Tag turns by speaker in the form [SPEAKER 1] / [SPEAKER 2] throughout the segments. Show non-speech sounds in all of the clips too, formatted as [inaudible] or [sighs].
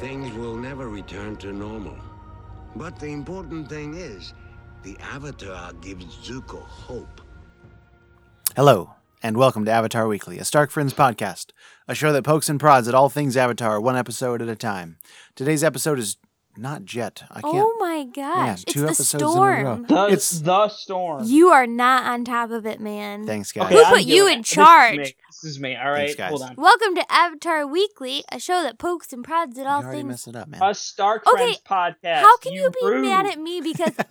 [SPEAKER 1] Things will never return to normal. But the important thing is, the Avatar gives Zuko hope.
[SPEAKER 2] Hello, and welcome to Avatar Weekly, a Stark Friends podcast, a show that pokes and prods at all things Avatar, one episode at a time. Today's episode is not Jet. I can't.
[SPEAKER 3] Oh my gosh.
[SPEAKER 2] two
[SPEAKER 3] it's the
[SPEAKER 2] episodes in a row.
[SPEAKER 3] storm.
[SPEAKER 4] The,
[SPEAKER 2] It's-
[SPEAKER 4] the storm.
[SPEAKER 3] You are not on top of it, man.
[SPEAKER 2] Thanks, guys.
[SPEAKER 3] Oh. Who put you
[SPEAKER 4] doing
[SPEAKER 3] in
[SPEAKER 4] it. This is
[SPEAKER 3] charge?
[SPEAKER 4] me. This is me. All right,
[SPEAKER 2] Thanks, guys.
[SPEAKER 4] hold on.
[SPEAKER 3] Welcome to Avatar Weekly, a show that pokes and prods at
[SPEAKER 2] You
[SPEAKER 3] all
[SPEAKER 2] already
[SPEAKER 3] things.
[SPEAKER 2] messed it up, man.
[SPEAKER 4] A Stark
[SPEAKER 3] Okay,
[SPEAKER 4] Friends podcast.
[SPEAKER 3] How can you, be mad
[SPEAKER 4] rude.
[SPEAKER 3] at me? Because [laughs]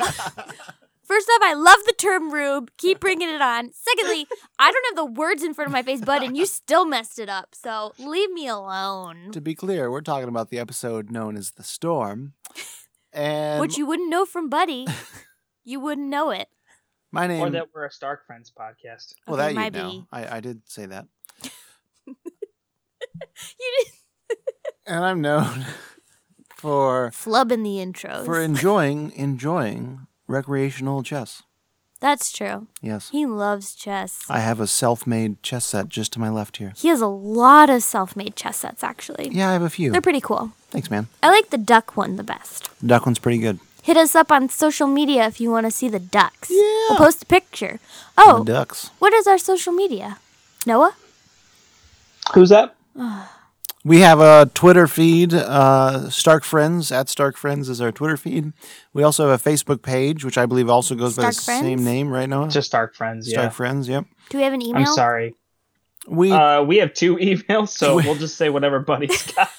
[SPEAKER 3] first off, I love the term "rube." Keep bringing it on. Secondly, I don't have the words in front of my face, bud,
[SPEAKER 2] [laughs]
[SPEAKER 3] and you still messed it up. So leave me alone.
[SPEAKER 2] to be clear, we're talking about the episode known as The Storm. And
[SPEAKER 3] What you wouldn't know
[SPEAKER 2] [laughs]
[SPEAKER 3] from Buddy, you wouldn't know it.
[SPEAKER 2] my
[SPEAKER 4] Or
[SPEAKER 2] name.
[SPEAKER 4] that we're a Stark Friends podcast.
[SPEAKER 2] well,
[SPEAKER 3] Okay,
[SPEAKER 2] that you
[SPEAKER 3] might
[SPEAKER 2] know.
[SPEAKER 3] be.
[SPEAKER 2] I, I did say
[SPEAKER 3] [laughs]
[SPEAKER 2] that.
[SPEAKER 3] You [laughs] just
[SPEAKER 2] And I'm known [laughs] for
[SPEAKER 3] flubbing the intros.
[SPEAKER 2] for enjoying enjoying recreational chess.
[SPEAKER 3] That's true.
[SPEAKER 2] Yes.
[SPEAKER 3] He loves chess.
[SPEAKER 2] I have a self-made chess set just to my left here.
[SPEAKER 3] He has a lot of self-made chess sets, actually.
[SPEAKER 2] Yeah, I have a few.
[SPEAKER 3] They're pretty cool.
[SPEAKER 2] Thanks, man.
[SPEAKER 3] I like the duck one the best.
[SPEAKER 2] Duck one's pretty good.
[SPEAKER 3] Hit us up on social media if you want to see the ducks.
[SPEAKER 2] Yeah. uh,
[SPEAKER 3] We'll post a picture. Oh,
[SPEAKER 2] The ducks.
[SPEAKER 3] what is our social media? Noah?
[SPEAKER 4] Who's that?
[SPEAKER 2] We have a Twitter feed. Uh, Stark Friends at Stark Friends is our Twitter feed. We also have a Facebook page, which I believe also goes by the
[SPEAKER 3] Stark Friends?
[SPEAKER 2] same name, right now.
[SPEAKER 4] Just Stark Friends.
[SPEAKER 2] Stark
[SPEAKER 4] Yeah.
[SPEAKER 2] Friends. Yep.
[SPEAKER 3] Do we have an email?
[SPEAKER 4] I'm sorry.
[SPEAKER 2] We
[SPEAKER 4] Uh, [laughs] we have two emails, so we'll just say
[SPEAKER 3] [laughs]
[SPEAKER 4] whatever Buddy's got.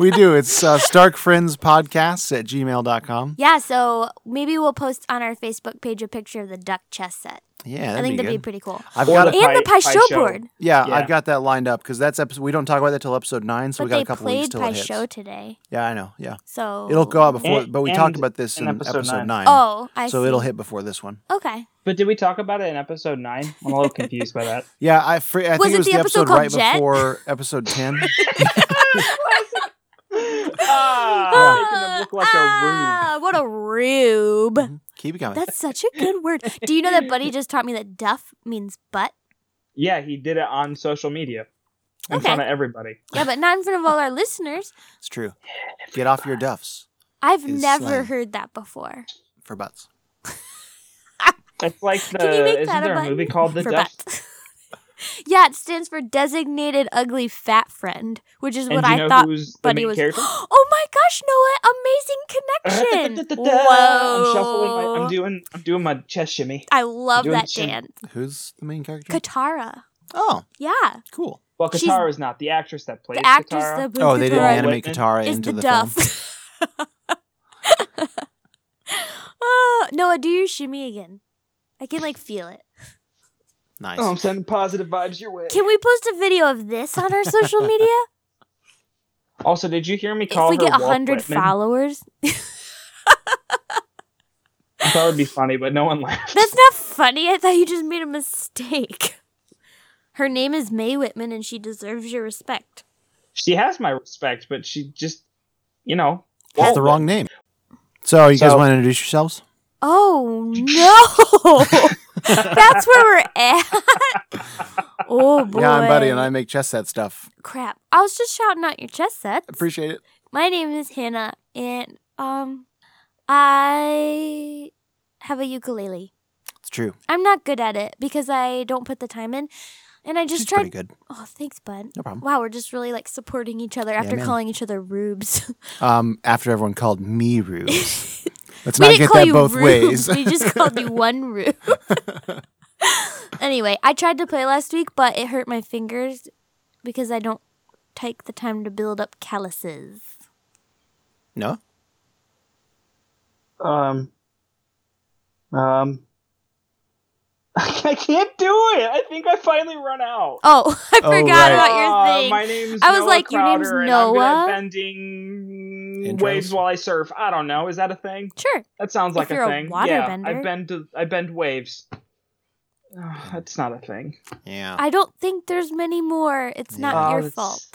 [SPEAKER 2] we do. It's uh, Stark Friends Podcast at gmail.com.
[SPEAKER 3] Yeah, so maybe we'll post on our Facebook page a picture of the duck chess set.
[SPEAKER 2] Yeah, that'd
[SPEAKER 3] I think
[SPEAKER 2] be
[SPEAKER 3] that'd
[SPEAKER 2] good.
[SPEAKER 3] be pretty cool.
[SPEAKER 2] I've
[SPEAKER 4] Or
[SPEAKER 2] got
[SPEAKER 4] the
[SPEAKER 2] a,
[SPEAKER 3] and the
[SPEAKER 4] pie-
[SPEAKER 3] pie
[SPEAKER 4] pie
[SPEAKER 3] show
[SPEAKER 4] show.
[SPEAKER 3] board.
[SPEAKER 2] yeah,
[SPEAKER 4] yeah.
[SPEAKER 2] I've got that lined up because that's episode. We don't talk about that till episode nine, so
[SPEAKER 3] but
[SPEAKER 2] we got
[SPEAKER 3] they
[SPEAKER 2] a couple
[SPEAKER 3] played
[SPEAKER 2] weeks till
[SPEAKER 3] pie
[SPEAKER 2] it hits.
[SPEAKER 3] show today.
[SPEAKER 2] Yeah, I know. Yeah,
[SPEAKER 3] So
[SPEAKER 2] it'll go out before,
[SPEAKER 4] And-
[SPEAKER 2] but we talked
[SPEAKER 4] and
[SPEAKER 2] about this Oh. in, episode, nine.
[SPEAKER 3] Oh, I
[SPEAKER 2] so
[SPEAKER 3] see.
[SPEAKER 2] it'll hit before this one.
[SPEAKER 3] Okay.
[SPEAKER 4] But did we talk about it in episode nine? I'm a little confused by that.
[SPEAKER 2] Yeah, I, fr- I
[SPEAKER 3] Was
[SPEAKER 2] think it
[SPEAKER 3] it
[SPEAKER 2] was
[SPEAKER 3] the
[SPEAKER 2] the
[SPEAKER 3] episode
[SPEAKER 2] episode,
[SPEAKER 3] called
[SPEAKER 2] right
[SPEAKER 3] Jet?
[SPEAKER 2] before episode ten.
[SPEAKER 3] [laughs]
[SPEAKER 4] Ah, making them look like a
[SPEAKER 3] Ah, what a rube.
[SPEAKER 2] Mm-hmm. Keep it coming.
[SPEAKER 3] That's such a good word. Do you know that Buddy just taught me that duff means butt?
[SPEAKER 4] rude. Yeah, he did it on social media in
[SPEAKER 3] Okay.
[SPEAKER 4] front of everybody.
[SPEAKER 3] Yeah, but not in front of all our listeners.
[SPEAKER 2] it's true. Get off your duffs
[SPEAKER 3] I've
[SPEAKER 2] Is
[SPEAKER 3] never
[SPEAKER 2] slang.
[SPEAKER 3] heard that before.
[SPEAKER 2] for butts.
[SPEAKER 4] It's like the
[SPEAKER 3] Can you make
[SPEAKER 4] isn't
[SPEAKER 3] that
[SPEAKER 4] there
[SPEAKER 3] a
[SPEAKER 4] a,
[SPEAKER 3] button?
[SPEAKER 4] movie called The
[SPEAKER 3] For
[SPEAKER 4] Duff?
[SPEAKER 3] butt. [laughs] yeah, it stands for designated ugly fat friend, which is
[SPEAKER 4] And
[SPEAKER 3] what
[SPEAKER 4] do you
[SPEAKER 3] I
[SPEAKER 4] know
[SPEAKER 3] thought
[SPEAKER 4] who's the
[SPEAKER 3] Buddy
[SPEAKER 4] main
[SPEAKER 3] was.
[SPEAKER 4] character?
[SPEAKER 3] [gasps]
[SPEAKER 4] [laughs]
[SPEAKER 3] oh my gosh, Noah! Amazing connection. Whoa!
[SPEAKER 4] I'm shuffling. My, I'm doing. I'm doing my chest shimmy.
[SPEAKER 3] I love
[SPEAKER 4] doing
[SPEAKER 3] that
[SPEAKER 4] chin.
[SPEAKER 3] dance.
[SPEAKER 2] Who's the main character?
[SPEAKER 3] Katara.
[SPEAKER 2] oh,
[SPEAKER 3] Yeah,
[SPEAKER 2] cool.
[SPEAKER 4] Well,
[SPEAKER 3] She's-
[SPEAKER 4] Katara is not the actress that plays
[SPEAKER 3] the actress
[SPEAKER 4] Katara.
[SPEAKER 3] that plays
[SPEAKER 2] Oh, they didn't
[SPEAKER 3] Katara
[SPEAKER 4] Laura
[SPEAKER 2] animate
[SPEAKER 4] Whitman
[SPEAKER 2] Katara
[SPEAKER 3] is
[SPEAKER 2] into
[SPEAKER 3] the,
[SPEAKER 2] the, film.
[SPEAKER 3] Duff.
[SPEAKER 2] [laughs]
[SPEAKER 3] oh, Noah, do your shimmy again. I can like feel it.
[SPEAKER 2] Nice.
[SPEAKER 4] Oh, I'm sending positive vibes your way.
[SPEAKER 3] Can we post a video of this on
[SPEAKER 2] [laughs]
[SPEAKER 3] our social media?
[SPEAKER 4] Also, did you hear me
[SPEAKER 3] if
[SPEAKER 4] call
[SPEAKER 3] we
[SPEAKER 4] her
[SPEAKER 3] get
[SPEAKER 4] Walt
[SPEAKER 3] hundred
[SPEAKER 4] Whitman?
[SPEAKER 3] followers,
[SPEAKER 4] I thought it would be funny, but no
[SPEAKER 3] [laughs]
[SPEAKER 4] one laughed.
[SPEAKER 3] that's not funny. I thought you just made a mistake. [laughs] Her name is Mae Whitman, and she deserves your respect.
[SPEAKER 4] She has my respect, but she just, you know,
[SPEAKER 2] That's
[SPEAKER 4] Walt
[SPEAKER 2] the wrong name. So, you guys
[SPEAKER 4] So-
[SPEAKER 2] want to introduce yourselves?
[SPEAKER 3] Oh no! [laughs] that's where we're at.
[SPEAKER 2] [laughs]
[SPEAKER 3] oh boy!
[SPEAKER 2] Yeah, I'm Buddy, and I make chess set stuff.
[SPEAKER 3] crap. I was just shouting out your chess sets.
[SPEAKER 2] Appreciate it.
[SPEAKER 3] My name is Hannah, and um, I have a ukulele.
[SPEAKER 2] It's true.
[SPEAKER 3] I'm not good at it because I don't put the time in, and I just
[SPEAKER 2] She's
[SPEAKER 3] tried.
[SPEAKER 2] pretty good.
[SPEAKER 3] Oh, thanks, bud.
[SPEAKER 2] No problem.
[SPEAKER 3] Wow, we're just really like supporting each other after
[SPEAKER 2] man.
[SPEAKER 3] calling each other rubes. [laughs]
[SPEAKER 2] Um, after everyone called me rubes. Let's
[SPEAKER 3] we
[SPEAKER 2] not
[SPEAKER 3] didn't
[SPEAKER 2] get
[SPEAKER 3] call
[SPEAKER 2] that
[SPEAKER 3] you
[SPEAKER 2] both
[SPEAKER 3] rubes.
[SPEAKER 2] ways. [laughs]
[SPEAKER 3] we just called you one rube. [laughs] anyway, I tried to play last week, but it hurt my fingers because I don't take the time to build up calluses.
[SPEAKER 2] no.
[SPEAKER 4] Um, um, [laughs] I can't do it. I think I finally run out.
[SPEAKER 3] Oh, [laughs] I
[SPEAKER 2] Oh,
[SPEAKER 3] forgot
[SPEAKER 2] right.
[SPEAKER 3] about
[SPEAKER 4] Ah,
[SPEAKER 3] your thing.
[SPEAKER 4] My name's
[SPEAKER 3] I was
[SPEAKER 4] Noah
[SPEAKER 3] like, your name's
[SPEAKER 4] Crowder, and I'm good at
[SPEAKER 3] Noah?
[SPEAKER 4] Bending
[SPEAKER 2] Intros?
[SPEAKER 4] waves while I surf. I don't know. Is that a thing?
[SPEAKER 3] sure.
[SPEAKER 4] That sounds like
[SPEAKER 3] you're
[SPEAKER 4] a
[SPEAKER 3] a
[SPEAKER 4] thing. yeah,
[SPEAKER 3] waterbender.
[SPEAKER 4] I bend. To, I bend waves. Ugh, that's not a thing.
[SPEAKER 2] Yeah.
[SPEAKER 3] I don't think there's many more. It's
[SPEAKER 4] Yeah.
[SPEAKER 3] not
[SPEAKER 4] Oh,
[SPEAKER 3] your
[SPEAKER 4] it's-
[SPEAKER 3] fault.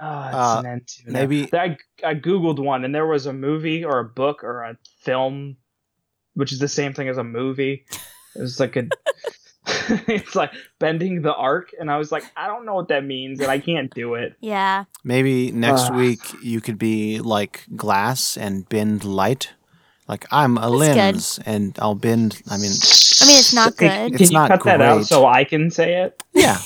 [SPEAKER 4] Oh, it's
[SPEAKER 2] Uh,
[SPEAKER 4] an end to that.
[SPEAKER 2] maybe-
[SPEAKER 4] I, I googled one, and there was a movie or a book or a [laughs] film, which is the same thing as a movie. It was like a. it's like bending the arc, and I was like, I don't know what that means, and I can't do it.
[SPEAKER 3] Yeah.
[SPEAKER 2] Maybe next
[SPEAKER 4] Ah.
[SPEAKER 2] week you could be like glass and bend light. Like I'm a
[SPEAKER 3] good.
[SPEAKER 2] lens and I'll bend. I
[SPEAKER 3] [laughs]
[SPEAKER 2] mean,
[SPEAKER 3] I mean, it's not
[SPEAKER 4] Can,
[SPEAKER 3] good.
[SPEAKER 2] It's
[SPEAKER 4] can you
[SPEAKER 2] not
[SPEAKER 4] cut that out
[SPEAKER 2] great.
[SPEAKER 4] so I can say it?
[SPEAKER 2] yeah,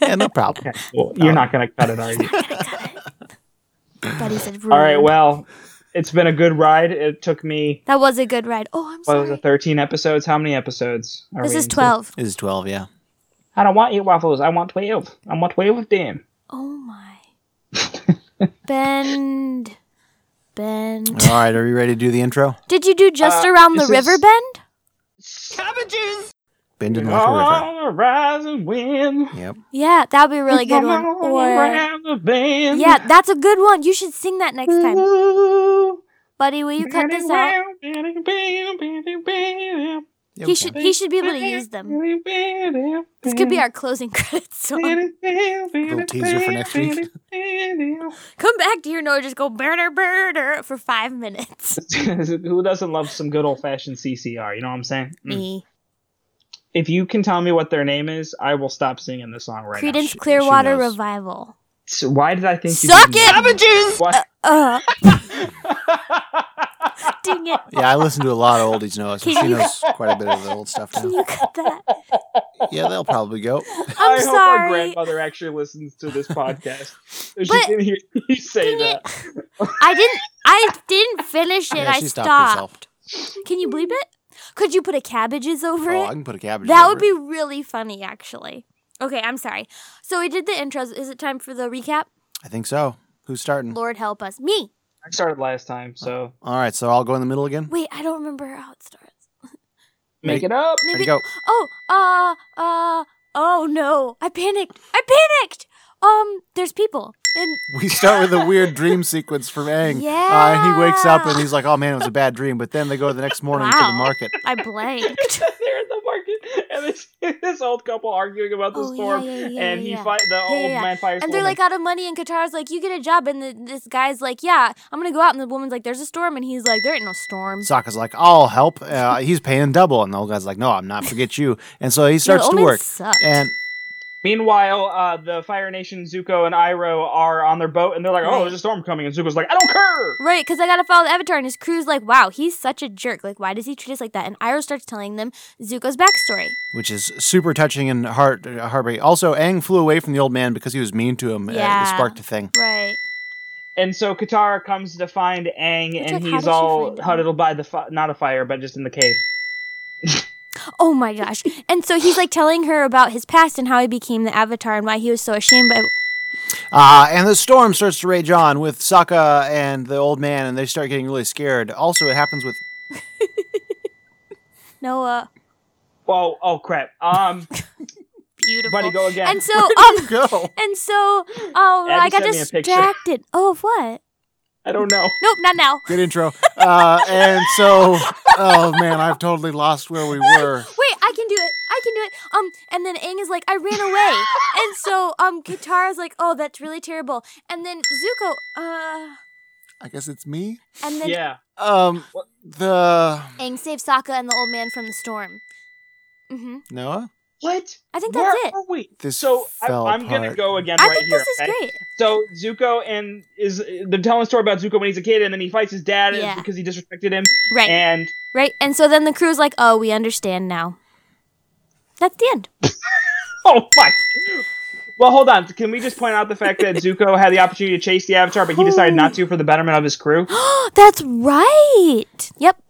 [SPEAKER 2] yeah, no problem.
[SPEAKER 4] Okay, well, You're not gonna cut it,
[SPEAKER 3] [laughs]
[SPEAKER 4] are you?
[SPEAKER 3] Buddy
[SPEAKER 4] [sighs]
[SPEAKER 3] said rude.
[SPEAKER 4] All right. Well, it's been a good ride. It took me
[SPEAKER 3] that was a good ride. Oh, I'm
[SPEAKER 4] what was it,
[SPEAKER 3] sorry.
[SPEAKER 4] 13 episodes? How many episodes? Are
[SPEAKER 3] This
[SPEAKER 4] we
[SPEAKER 3] is
[SPEAKER 4] into?
[SPEAKER 3] 12.
[SPEAKER 2] It is twelve. Yeah.
[SPEAKER 4] I don't want eight waffles. I want 12. I want 12 of them.
[SPEAKER 3] Oh
[SPEAKER 4] [laughs]
[SPEAKER 3] my. Bend. Bend.
[SPEAKER 2] All right. Are you ready to do the intro?
[SPEAKER 3] Did you do just
[SPEAKER 4] Uh,
[SPEAKER 3] around the
[SPEAKER 4] this is-
[SPEAKER 3] river bend?
[SPEAKER 2] Bending like a river.
[SPEAKER 4] On the rising wind.
[SPEAKER 2] Yep.
[SPEAKER 3] Yeah, that would be a really good one. Or yeah, that's a good one. You should sing that next time, buddy. Will you cut this out?
[SPEAKER 2] Yeah,
[SPEAKER 3] He
[SPEAKER 2] we
[SPEAKER 3] should
[SPEAKER 2] can.
[SPEAKER 3] he should be able to use them. This could be our closing [laughs] credits song.
[SPEAKER 2] [laughs]
[SPEAKER 4] little
[SPEAKER 2] teaser for next week.
[SPEAKER 3] Come back to your note. Just go burner burner for five minutes.
[SPEAKER 4] [laughs] Who doesn't love some good old fashioned CCR? You know what I'm saying? Mm.
[SPEAKER 3] Me,
[SPEAKER 4] If you can tell me what their name is, I will stop singing the song right now.
[SPEAKER 3] Credence
[SPEAKER 2] she- she
[SPEAKER 3] Clearwater
[SPEAKER 2] knows.
[SPEAKER 3] Revival.
[SPEAKER 4] So why did I think you
[SPEAKER 3] Suck
[SPEAKER 4] did
[SPEAKER 3] it,
[SPEAKER 4] that? Why-
[SPEAKER 3] Uh, [laughs] dang it.
[SPEAKER 2] Yeah, I listen to a lot of oldies knows. and
[SPEAKER 3] Can
[SPEAKER 2] She
[SPEAKER 3] you- [laughs]
[SPEAKER 2] knows quite a bit of the old stuff
[SPEAKER 3] Can
[SPEAKER 2] now.
[SPEAKER 3] you cut
[SPEAKER 2] [laughs]
[SPEAKER 3] that?
[SPEAKER 2] Yeah, they'll probably go.
[SPEAKER 3] I'm
[SPEAKER 4] I hope our
[SPEAKER 3] sorry.
[SPEAKER 4] grandmother actually listens to
[SPEAKER 3] [laughs]
[SPEAKER 4] this podcast. She
[SPEAKER 3] But-
[SPEAKER 4] didn't hear you say
[SPEAKER 3] Dang
[SPEAKER 4] that.
[SPEAKER 3] it. I didn't. I didn't finish it.
[SPEAKER 2] Yeah,
[SPEAKER 3] I
[SPEAKER 2] she
[SPEAKER 3] stopped.
[SPEAKER 2] herself.
[SPEAKER 3] Can you believe it? Could you put a cabbages over
[SPEAKER 2] Oh,
[SPEAKER 3] it?
[SPEAKER 2] I can put a cabbage.
[SPEAKER 3] That
[SPEAKER 2] over
[SPEAKER 3] would be really funny, actually. Okay, I'm sorry. So we did the intros. Is it time for the recap?
[SPEAKER 2] it. I think so. Who's starting?
[SPEAKER 3] Lord help us. Me.
[SPEAKER 4] I started last time, so
[SPEAKER 2] All right, so I'll go in the middle again.
[SPEAKER 3] Wait, I don't remember how it starts.
[SPEAKER 4] make
[SPEAKER 3] [laughs]
[SPEAKER 4] it up. [laughs]
[SPEAKER 2] Ready,
[SPEAKER 3] Maybe.
[SPEAKER 2] go.
[SPEAKER 3] Oh, uh, uh, oh no. I panicked. I panicked. Um, there's people. And
[SPEAKER 2] We start with a
[SPEAKER 3] [laughs]
[SPEAKER 2] weird dream sequence from Aang. Uh, and he wakes up and he's like, "Oh man, it was a bad dream." But then they go the next morning to the
[SPEAKER 3] Ah. Wow.
[SPEAKER 2] market.
[SPEAKER 3] I
[SPEAKER 4] [laughs]
[SPEAKER 3] blanked.
[SPEAKER 4] They're in the market, and this, [laughs] this old couple arguing about the
[SPEAKER 3] Oh, yeah,
[SPEAKER 4] storm,
[SPEAKER 3] yeah, yeah,
[SPEAKER 4] and he
[SPEAKER 3] yeah.
[SPEAKER 4] fight the
[SPEAKER 3] yeah,
[SPEAKER 4] old
[SPEAKER 3] yeah.
[SPEAKER 4] man fires.
[SPEAKER 3] And they're like out of money, and Katara's like, "You get a job," and the, this guy's like, "Yeah, I'm gonna go out." And the woman's like, "There's a storm," and he's like, "There ain't no storm."
[SPEAKER 2] Sokka's like, "I'll help." Uh, he's paying double, and the old guy's like, "No, I'm not. Forget you." And so he starts
[SPEAKER 3] the
[SPEAKER 2] to
[SPEAKER 3] omen
[SPEAKER 2] work.
[SPEAKER 3] sucked.
[SPEAKER 2] And
[SPEAKER 4] Meanwhile, uh, the Fire Nation Zuko and Iroh are on their boat, and they're like, "Oh, there's a storm coming," and Zuko's like, "I don't care."
[SPEAKER 3] Right, because I gotta follow the Avatar, and his crew's like, "Wow, he's such a jerk. Like, why does he treat us like that?" And Iroh starts telling them Zuko's backstory.
[SPEAKER 2] which is super touching and heart uh, heartbreaking. Also, Aang flew away from the old man because he was mean to him. Uh, it
[SPEAKER 3] Yeah.
[SPEAKER 2] sparked a thing.
[SPEAKER 3] Right.
[SPEAKER 4] And so Katara comes to find Aang,
[SPEAKER 3] Which, like,
[SPEAKER 4] and
[SPEAKER 3] how did
[SPEAKER 4] he's
[SPEAKER 3] she
[SPEAKER 4] all
[SPEAKER 3] find him?
[SPEAKER 4] huddled by the fi- not a fire, but just in the cave.
[SPEAKER 3] Oh my gosh. And so he's like telling her about his past and how he became the Avatar and why he was so ashamed. By
[SPEAKER 2] Uh, and the storm starts to rage on with Sokka and the old man, and they start getting really scared. Also, it happens with [laughs]
[SPEAKER 3] Noah.
[SPEAKER 4] Whoa! Oh crap!
[SPEAKER 3] [laughs]
[SPEAKER 4] Um,
[SPEAKER 3] Beautiful.
[SPEAKER 4] buddy, go again. [laughs]
[SPEAKER 3] And so, um,
[SPEAKER 2] go.
[SPEAKER 3] and so, oh,
[SPEAKER 4] Abby
[SPEAKER 3] I got
[SPEAKER 4] sent me a picture.
[SPEAKER 3] distracted. Oh, of what?
[SPEAKER 4] I don't know.
[SPEAKER 3] Nope, not now.
[SPEAKER 2] Good intro. Uh, and so, oh man, I've totally lost where we were.
[SPEAKER 3] Wait, I can do it. I can do it. Um, and then Aang is like, I ran away.
[SPEAKER 4] [laughs]
[SPEAKER 3] and so, um, Katara's like, oh, that's really terrible. And then Zuko, uh,
[SPEAKER 2] I guess it's me.
[SPEAKER 3] and [laughs] then
[SPEAKER 4] Yeah.
[SPEAKER 2] Um, the
[SPEAKER 3] Aang saves Sokka and the old man from the storm. Mm-hmm.
[SPEAKER 2] Noah.
[SPEAKER 4] What?
[SPEAKER 3] I think
[SPEAKER 4] Where
[SPEAKER 3] that's it.
[SPEAKER 4] are we?
[SPEAKER 2] This
[SPEAKER 4] so I,
[SPEAKER 2] fell
[SPEAKER 4] I'm gonna
[SPEAKER 2] apart.
[SPEAKER 4] go again
[SPEAKER 3] I
[SPEAKER 4] right
[SPEAKER 3] think
[SPEAKER 4] here.
[SPEAKER 3] this is
[SPEAKER 4] okay?
[SPEAKER 3] great.
[SPEAKER 4] So Zuko and is they're telling a story about Zuko when he's a kid, and then he fights his dad
[SPEAKER 3] Yeah.
[SPEAKER 4] because he disrespected him.
[SPEAKER 3] Right,
[SPEAKER 4] And
[SPEAKER 3] right. And so then the crew's like, oh, we understand now. That's the end.
[SPEAKER 4] [laughs] oh my! Well, hold on. Can we just point out the fact that Zuko had the opportunity to chase the Avatar, but he decided not to for the betterment of his [gasps] crew?
[SPEAKER 3] that's right. Yep.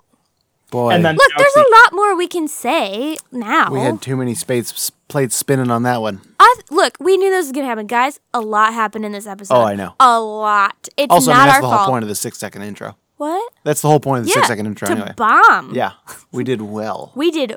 [SPEAKER 2] Boy,
[SPEAKER 3] [laughs]
[SPEAKER 4] And then
[SPEAKER 3] Look,
[SPEAKER 4] now
[SPEAKER 3] there's
[SPEAKER 4] see-
[SPEAKER 3] a lot more we can say now.
[SPEAKER 2] we had too many spades plates spinning on that one.
[SPEAKER 3] I look, we knew this was gonna happen, guys. A lot happened in this episode.
[SPEAKER 2] Oh, I know.
[SPEAKER 3] A lot. It's
[SPEAKER 2] Also, I mean,
[SPEAKER 3] not
[SPEAKER 2] that's
[SPEAKER 3] our
[SPEAKER 2] the whole
[SPEAKER 3] fault.
[SPEAKER 2] point of the six-second intro.
[SPEAKER 3] What?
[SPEAKER 2] That's the whole point of the
[SPEAKER 3] Yeah,
[SPEAKER 2] six-second intro,
[SPEAKER 3] to
[SPEAKER 2] anyway.
[SPEAKER 3] bomb.
[SPEAKER 2] Yeah, we did
[SPEAKER 3] [laughs]
[SPEAKER 2] well.
[SPEAKER 3] We did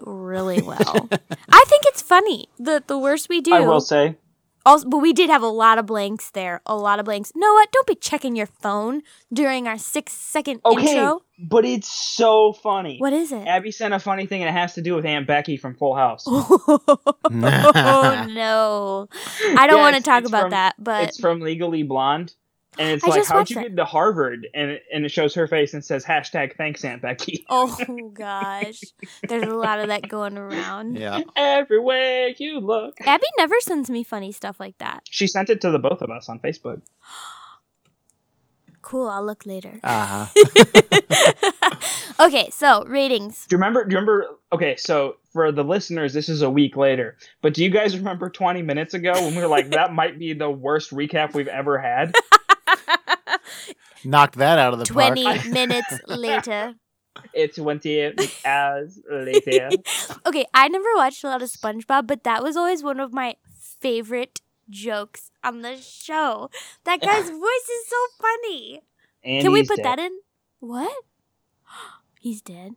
[SPEAKER 2] [laughs]
[SPEAKER 3] really well. I think it's funny. The the worst we do.
[SPEAKER 4] I will say
[SPEAKER 3] Also, but we did have a lot of blanks there. A lot of blanks. Noah, don't be checking your phone during our six second
[SPEAKER 4] okay,
[SPEAKER 3] intro.
[SPEAKER 4] but it's so funny.
[SPEAKER 3] What is it?
[SPEAKER 4] Abby sent a funny thing, and it has to do with Aunt Becky from
[SPEAKER 3] [laughs]
[SPEAKER 4] Full House.
[SPEAKER 3] oh no. I don't
[SPEAKER 4] Yeah,
[SPEAKER 3] want to
[SPEAKER 4] [laughs] it's-
[SPEAKER 3] talk
[SPEAKER 4] it's
[SPEAKER 3] about
[SPEAKER 4] from-
[SPEAKER 3] that, but
[SPEAKER 4] It's from Legally Blonde, and it's
[SPEAKER 3] I
[SPEAKER 4] like,
[SPEAKER 3] just
[SPEAKER 4] how'd
[SPEAKER 3] watched
[SPEAKER 4] you
[SPEAKER 3] that.
[SPEAKER 4] get to Harvard? And it, and it shows her face and says hashtag thanks Aunt Becky.
[SPEAKER 3] [laughs]
[SPEAKER 4] [laughs]
[SPEAKER 3] Oh gosh, there's a lot of that going around.
[SPEAKER 2] Yeah.
[SPEAKER 4] Everywhere you look.
[SPEAKER 3] Abby never sends me funny stuff like that.
[SPEAKER 4] She sent it to the both of us on Facebook.
[SPEAKER 3] Cool, I'll look later.
[SPEAKER 2] Uh huh.
[SPEAKER 3] okay, so ratings.
[SPEAKER 4] Do you remember? Do you remember? Okay, so for the listeners, this is a week later. But do you guys remember 20 minutes ago when we were like, that might be the worst recap we've ever had?
[SPEAKER 2] Knocked that out of the
[SPEAKER 3] Twenty
[SPEAKER 4] [laughs]
[SPEAKER 2] park.
[SPEAKER 3] minutes later.
[SPEAKER 4] It's 20 hours later.
[SPEAKER 3] [laughs] Okay, I never watched a lot of SpongeBob, but that was always one of my favorite jokes on the show. That guy's voice is so funny.
[SPEAKER 4] And
[SPEAKER 3] Can we
[SPEAKER 4] he's
[SPEAKER 3] put
[SPEAKER 4] dead.
[SPEAKER 3] that in? What? [gasps] He's dead.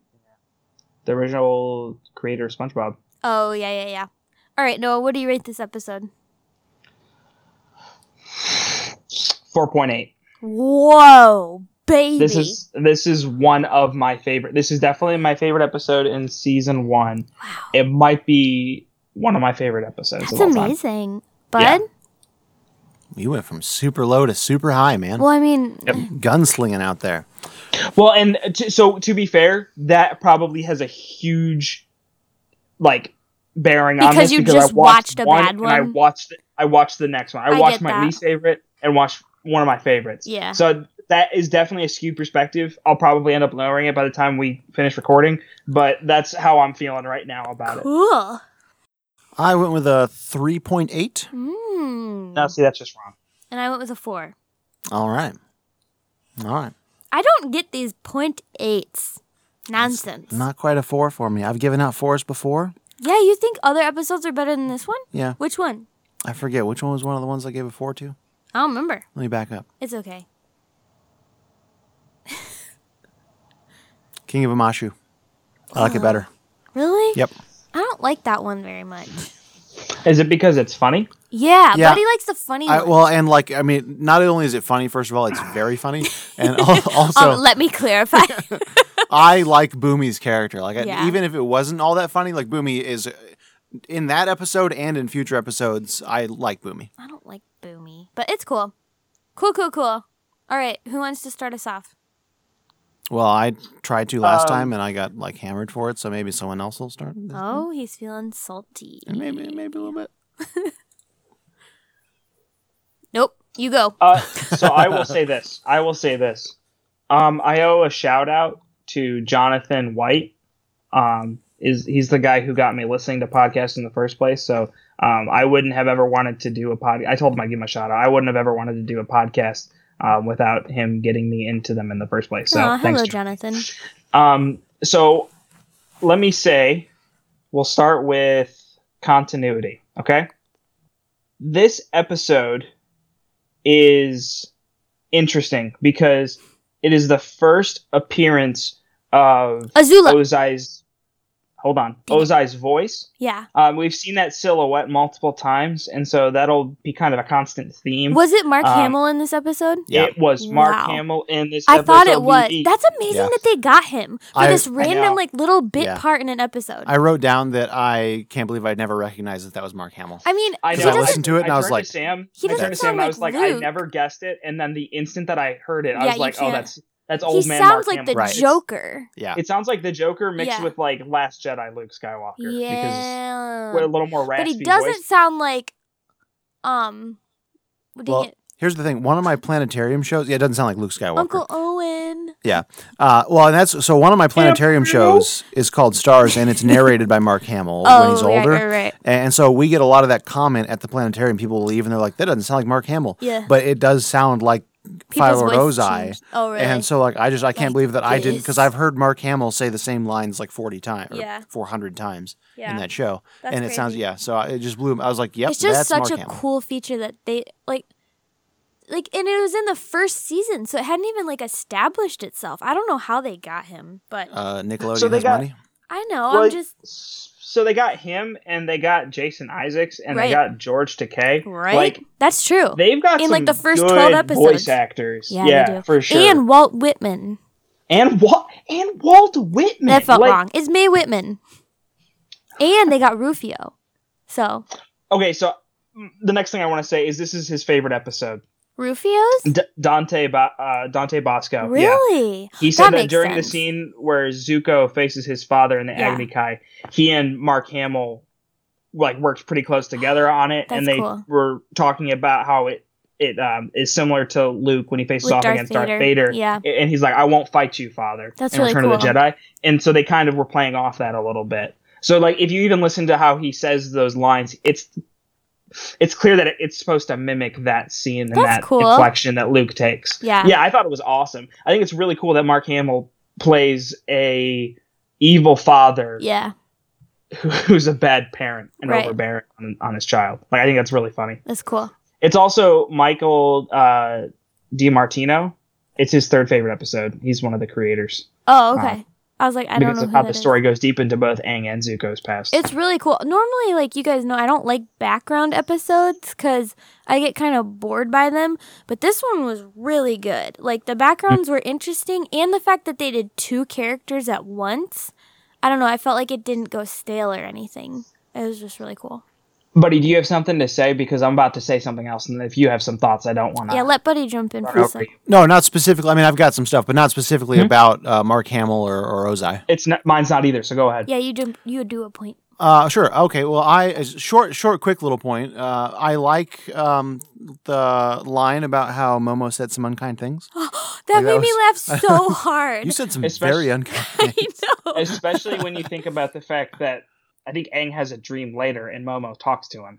[SPEAKER 4] The original creator of SpongeBob.
[SPEAKER 3] Oh yeah, yeah, yeah. All right, Noah, what do you rate this episode?
[SPEAKER 4] 4.8.
[SPEAKER 3] Whoa, baby.
[SPEAKER 4] This is this is one of my favorite. This is definitely my favorite episode in season one.
[SPEAKER 3] wow.
[SPEAKER 4] It might be one of my favorite episodes.
[SPEAKER 3] That's
[SPEAKER 4] of all time.
[SPEAKER 3] amazing,
[SPEAKER 4] Yeah.
[SPEAKER 3] bud.
[SPEAKER 2] You went from super low to super high, man.
[SPEAKER 3] Well, I mean,
[SPEAKER 2] Gunslinging out there.
[SPEAKER 4] Well, and t- so to be fair, that probably has a huge like bearing on
[SPEAKER 3] Because
[SPEAKER 4] this
[SPEAKER 3] you
[SPEAKER 4] because
[SPEAKER 3] just
[SPEAKER 4] I watched,
[SPEAKER 3] watched a
[SPEAKER 4] one
[SPEAKER 3] bad
[SPEAKER 4] and I
[SPEAKER 3] one.
[SPEAKER 4] watched I watched the next one. I,
[SPEAKER 3] I
[SPEAKER 4] watched
[SPEAKER 3] get
[SPEAKER 4] my
[SPEAKER 3] that.
[SPEAKER 4] least favorite and watched one of my favorites.
[SPEAKER 3] Yeah.
[SPEAKER 4] So that is definitely a skewed perspective. I'll probably end up lowering it by the time we finish recording, but that's how I'm feeling right now about it.
[SPEAKER 3] cool.
[SPEAKER 2] I went with a 3.8.
[SPEAKER 3] Mm.
[SPEAKER 4] Now, see, that's just wrong.
[SPEAKER 3] And I went with a four.
[SPEAKER 2] All right. All right.
[SPEAKER 3] I don't get these point eights. Nonsense.
[SPEAKER 2] Not quite a four for me. I've given out fours before.
[SPEAKER 3] yeah, you think other episodes are better than this one?
[SPEAKER 2] Yeah.
[SPEAKER 3] Which one?
[SPEAKER 2] I forget which one was one of the ones I gave a four to.
[SPEAKER 3] I don't remember.
[SPEAKER 2] Let me back up.
[SPEAKER 3] It's okay.
[SPEAKER 2] King of Amashu. I like it
[SPEAKER 3] Uh-huh.
[SPEAKER 2] better.
[SPEAKER 3] Really?
[SPEAKER 2] Yep.
[SPEAKER 3] I don't like that one very much.
[SPEAKER 4] Is it because it's funny?
[SPEAKER 3] Yeah,
[SPEAKER 2] Yeah.
[SPEAKER 3] Buddy likes the funny
[SPEAKER 2] I,
[SPEAKER 3] one.
[SPEAKER 2] well, and like, I mean, not only is it funny, first of all, it's very
[SPEAKER 3] [laughs]
[SPEAKER 2] funny. And al- also,
[SPEAKER 3] um, let me clarify. [laughs]
[SPEAKER 2] I like Boomy's character. Like, I-
[SPEAKER 3] Yeah.
[SPEAKER 2] even if it wasn't all that funny, like, Boomy is in that episode and in future episodes, I like Boomy.
[SPEAKER 3] I don't like Boomy, but it's cool. Cool, cool, cool. All right, who wants to start us off?
[SPEAKER 2] Well, I tried to last
[SPEAKER 4] Um,
[SPEAKER 2] time and I got like hammered for it, so maybe someone else will start. this time.
[SPEAKER 3] Oh, he's feeling salty.
[SPEAKER 2] And Maybe, maybe a little bit.
[SPEAKER 3] Nope, you go.
[SPEAKER 4] Uh, so I will say this. I will say this. Um, I owe a shout out to Jonathan White. Um, is he's the guy who got me listening to podcasts in the first place. So um, I wouldn't have ever wanted to do a pod. I told him I'd give him a shout out. I wouldn't have ever wanted to do a podcast um, without him getting me into them in the first place. So
[SPEAKER 3] Aw,
[SPEAKER 4] thanks,
[SPEAKER 3] hello,
[SPEAKER 4] Jon-
[SPEAKER 3] Jonathan.
[SPEAKER 4] um, so let me say, we'll start with continuity. Okay. This episode is interesting because it is the first appearance of
[SPEAKER 3] Azula.
[SPEAKER 4] Ozai's. Hold on,
[SPEAKER 3] Dang it.
[SPEAKER 4] Ozai's voice.
[SPEAKER 3] yeah.
[SPEAKER 4] Um, we've seen that silhouette multiple times, and so that'll be kind of a constant theme.
[SPEAKER 3] Was it Mark
[SPEAKER 4] Um,
[SPEAKER 3] Hamill in this episode?
[SPEAKER 2] Yeah.
[SPEAKER 4] It was Mark
[SPEAKER 3] Wow.
[SPEAKER 4] Hamill in this.
[SPEAKER 3] I thought it
[SPEAKER 4] episode.
[SPEAKER 3] was.
[SPEAKER 4] We-
[SPEAKER 3] That's amazing
[SPEAKER 2] Yeah.
[SPEAKER 3] that they got him for
[SPEAKER 2] I-
[SPEAKER 3] this
[SPEAKER 2] I
[SPEAKER 4] E. know.
[SPEAKER 3] random like little bit
[SPEAKER 2] Yeah.
[SPEAKER 3] part in an episode. I,
[SPEAKER 2] I wrote down that I can't believe I'd never recognized that that was Mark Hamill.
[SPEAKER 3] mean,
[SPEAKER 4] I
[SPEAKER 3] he
[SPEAKER 4] know.
[SPEAKER 2] Because I
[SPEAKER 3] doesn't.
[SPEAKER 2] listened to it and I was
[SPEAKER 4] turned
[SPEAKER 2] like,
[SPEAKER 4] Sam,
[SPEAKER 3] he
[SPEAKER 4] I turned
[SPEAKER 3] doesn't
[SPEAKER 4] to Sam and I
[SPEAKER 3] sound
[SPEAKER 4] was
[SPEAKER 3] like
[SPEAKER 4] like, I
[SPEAKER 3] Luke.
[SPEAKER 4] never guessed it. And then the instant that I heard it, I
[SPEAKER 3] Yeah,
[SPEAKER 4] was
[SPEAKER 3] you
[SPEAKER 4] like, oh,
[SPEAKER 3] can't-
[SPEAKER 4] that's that's
[SPEAKER 3] he
[SPEAKER 4] old man.
[SPEAKER 3] sounds
[SPEAKER 4] Mark
[SPEAKER 3] like
[SPEAKER 4] Hamill.
[SPEAKER 3] the
[SPEAKER 2] Right.
[SPEAKER 3] Joker.
[SPEAKER 2] yeah.
[SPEAKER 4] It sounds like the Joker mixed
[SPEAKER 3] Yeah.
[SPEAKER 4] with like Last Jedi Luke Skywalker.
[SPEAKER 3] Yeah,
[SPEAKER 4] Because with a little more
[SPEAKER 3] but
[SPEAKER 4] raspy
[SPEAKER 3] he doesn't
[SPEAKER 4] voice.
[SPEAKER 3] sound like um. What do you
[SPEAKER 2] Well,
[SPEAKER 3] get?
[SPEAKER 2] here's the thing. One of my planetarium shows. Yeah, it doesn't sound like Luke Skywalker.
[SPEAKER 3] Uncle Owen.
[SPEAKER 2] Yeah. Uh, well, and that's so one of my planetarium shows is called Stars, and it's narrated by Mark Hamill when he's
[SPEAKER 3] Oh, right,
[SPEAKER 2] older.
[SPEAKER 3] right, right.
[SPEAKER 2] And so we get a lot of that comment at the planetarium. People leave and they're like, "That doesn't sound like Mark Hamill."
[SPEAKER 3] Yeah.
[SPEAKER 2] But it does sound like Fire
[SPEAKER 3] People's
[SPEAKER 2] Lord
[SPEAKER 3] voice
[SPEAKER 2] Ozai.
[SPEAKER 3] changed. Oh, really?
[SPEAKER 2] And so, like, I just I can't
[SPEAKER 3] Like
[SPEAKER 2] believe that I didn't because
[SPEAKER 3] this.
[SPEAKER 2] I've heard Mark Hamill say the same lines like forty times, or
[SPEAKER 3] Yeah.
[SPEAKER 2] four hundred times in
[SPEAKER 3] Yeah.
[SPEAKER 2] that show,
[SPEAKER 3] That's
[SPEAKER 2] and it sounds
[SPEAKER 3] crazy.
[SPEAKER 2] yeah. So I, it just blew. me. I was like, "Yep,
[SPEAKER 3] it's just
[SPEAKER 2] that's
[SPEAKER 3] such
[SPEAKER 2] Mark
[SPEAKER 3] a
[SPEAKER 2] Hamill."
[SPEAKER 3] cool feature that they like like and it was in the first season so it hadn't even like established itself i don't know how they got him but
[SPEAKER 2] uh, Nickelodeon
[SPEAKER 4] So they
[SPEAKER 2] has
[SPEAKER 4] got-
[SPEAKER 2] money.
[SPEAKER 3] i know
[SPEAKER 4] Well,
[SPEAKER 3] i'm just
[SPEAKER 4] So they got him and they got Jason Isaacs and
[SPEAKER 3] Right.
[SPEAKER 4] they got George Takei.
[SPEAKER 3] right
[SPEAKER 4] Like
[SPEAKER 3] that's true
[SPEAKER 4] they've got
[SPEAKER 3] In,
[SPEAKER 4] some
[SPEAKER 3] like, the first
[SPEAKER 4] good
[SPEAKER 3] 12 episodes.
[SPEAKER 4] voice actors.
[SPEAKER 3] yeah,
[SPEAKER 4] Yeah,
[SPEAKER 3] they do.
[SPEAKER 4] for sure.
[SPEAKER 3] and walt whitman
[SPEAKER 4] and Walt and Walt Whitman.
[SPEAKER 3] that felt
[SPEAKER 4] like,
[SPEAKER 3] wrong it's may whitman and they got rufio so
[SPEAKER 4] Okay, so mm, the next thing I want to say is this is his favorite episode.
[SPEAKER 3] Rufio's?
[SPEAKER 4] D- Dante ba- uh, Dante Bosco. Yeah.
[SPEAKER 3] Really?
[SPEAKER 4] He said that,
[SPEAKER 3] makes
[SPEAKER 4] during
[SPEAKER 3] sense.
[SPEAKER 4] the scene where Zuko faces his father in the
[SPEAKER 3] Yeah.
[SPEAKER 4] Agni Kai, he and Mark Hamill like worked pretty close together on it, and
[SPEAKER 3] That's
[SPEAKER 4] they
[SPEAKER 3] cool.
[SPEAKER 4] were talking about how it it um, is similar to Luke when he faces
[SPEAKER 3] With
[SPEAKER 4] off
[SPEAKER 3] Darth
[SPEAKER 4] against
[SPEAKER 3] Vader.
[SPEAKER 4] Darth Vader.
[SPEAKER 3] Yeah.
[SPEAKER 4] A- and he's like, "I won't fight you, Father."
[SPEAKER 3] That's
[SPEAKER 4] in
[SPEAKER 3] really
[SPEAKER 4] Return of the
[SPEAKER 3] cool.
[SPEAKER 4] Jedi, and so they kind of were playing off that a little bit. So like, if you even listen to how he says those lines, it's it's clear that it- it's supposed to mimic that scene and
[SPEAKER 3] That's
[SPEAKER 4] that
[SPEAKER 3] cool.
[SPEAKER 4] inflection that Luke takes.
[SPEAKER 3] Yeah.
[SPEAKER 4] Yeah, I thought it was awesome. I think it's really cool that Mark Hamill plays a evil father
[SPEAKER 3] Yeah.
[SPEAKER 4] who, [laughs] who's a bad parent and
[SPEAKER 3] Right.
[SPEAKER 4] overbearing on, on his child. Like I think that's really funny.
[SPEAKER 3] That's cool.
[SPEAKER 4] It's also Michael uh, DiMartino. It's his third favorite episode. He's one of the creators
[SPEAKER 3] Oh,
[SPEAKER 4] Uh-huh.
[SPEAKER 3] okay. I was like, I don't
[SPEAKER 4] because
[SPEAKER 3] know
[SPEAKER 4] of
[SPEAKER 3] who
[SPEAKER 4] how
[SPEAKER 3] that
[SPEAKER 4] the
[SPEAKER 3] is.
[SPEAKER 4] story goes deep into both Aang and Zuko's past.
[SPEAKER 3] It's really cool. Normally, like you guys know, I don't like background episodes because I get kind of bored by them. But this one was really good. Like the backgrounds were interesting, and the fact that they did two characters at once. I don't know. I felt like it didn't go stale or anything. It was just really cool.
[SPEAKER 4] Buddy, do you have something to say? Because I'm about to say something else, and if you have some thoughts, I don't want to.
[SPEAKER 3] Yeah, let Buddy jump in for a second.
[SPEAKER 2] No, not specifically. I mean, I've got some stuff, but not
[SPEAKER 4] Hmm?
[SPEAKER 2] specifically about uh, Mark Hamill or, or Ozai.
[SPEAKER 4] It's not, mine's not either. So go ahead.
[SPEAKER 3] Yeah, [laughs] you jump. You do a point. [gasps]
[SPEAKER 2] Uh, sure. Okay. Well, I a short, short, quick little point. Uh, I like um, the line about how Momo said some unkind things.
[SPEAKER 3] That
[SPEAKER 2] Like, that
[SPEAKER 3] made me laugh
[SPEAKER 2] [laughs] was-
[SPEAKER 3] so hard.
[SPEAKER 2] You said some
[SPEAKER 4] Especially-
[SPEAKER 2] very
[SPEAKER 4] [laughs]
[SPEAKER 2] unkind.
[SPEAKER 3] [laughs] I know.
[SPEAKER 2] [laughs]
[SPEAKER 4] especially when you think about the fact that I think Aang has a dream later and Momo talks to him.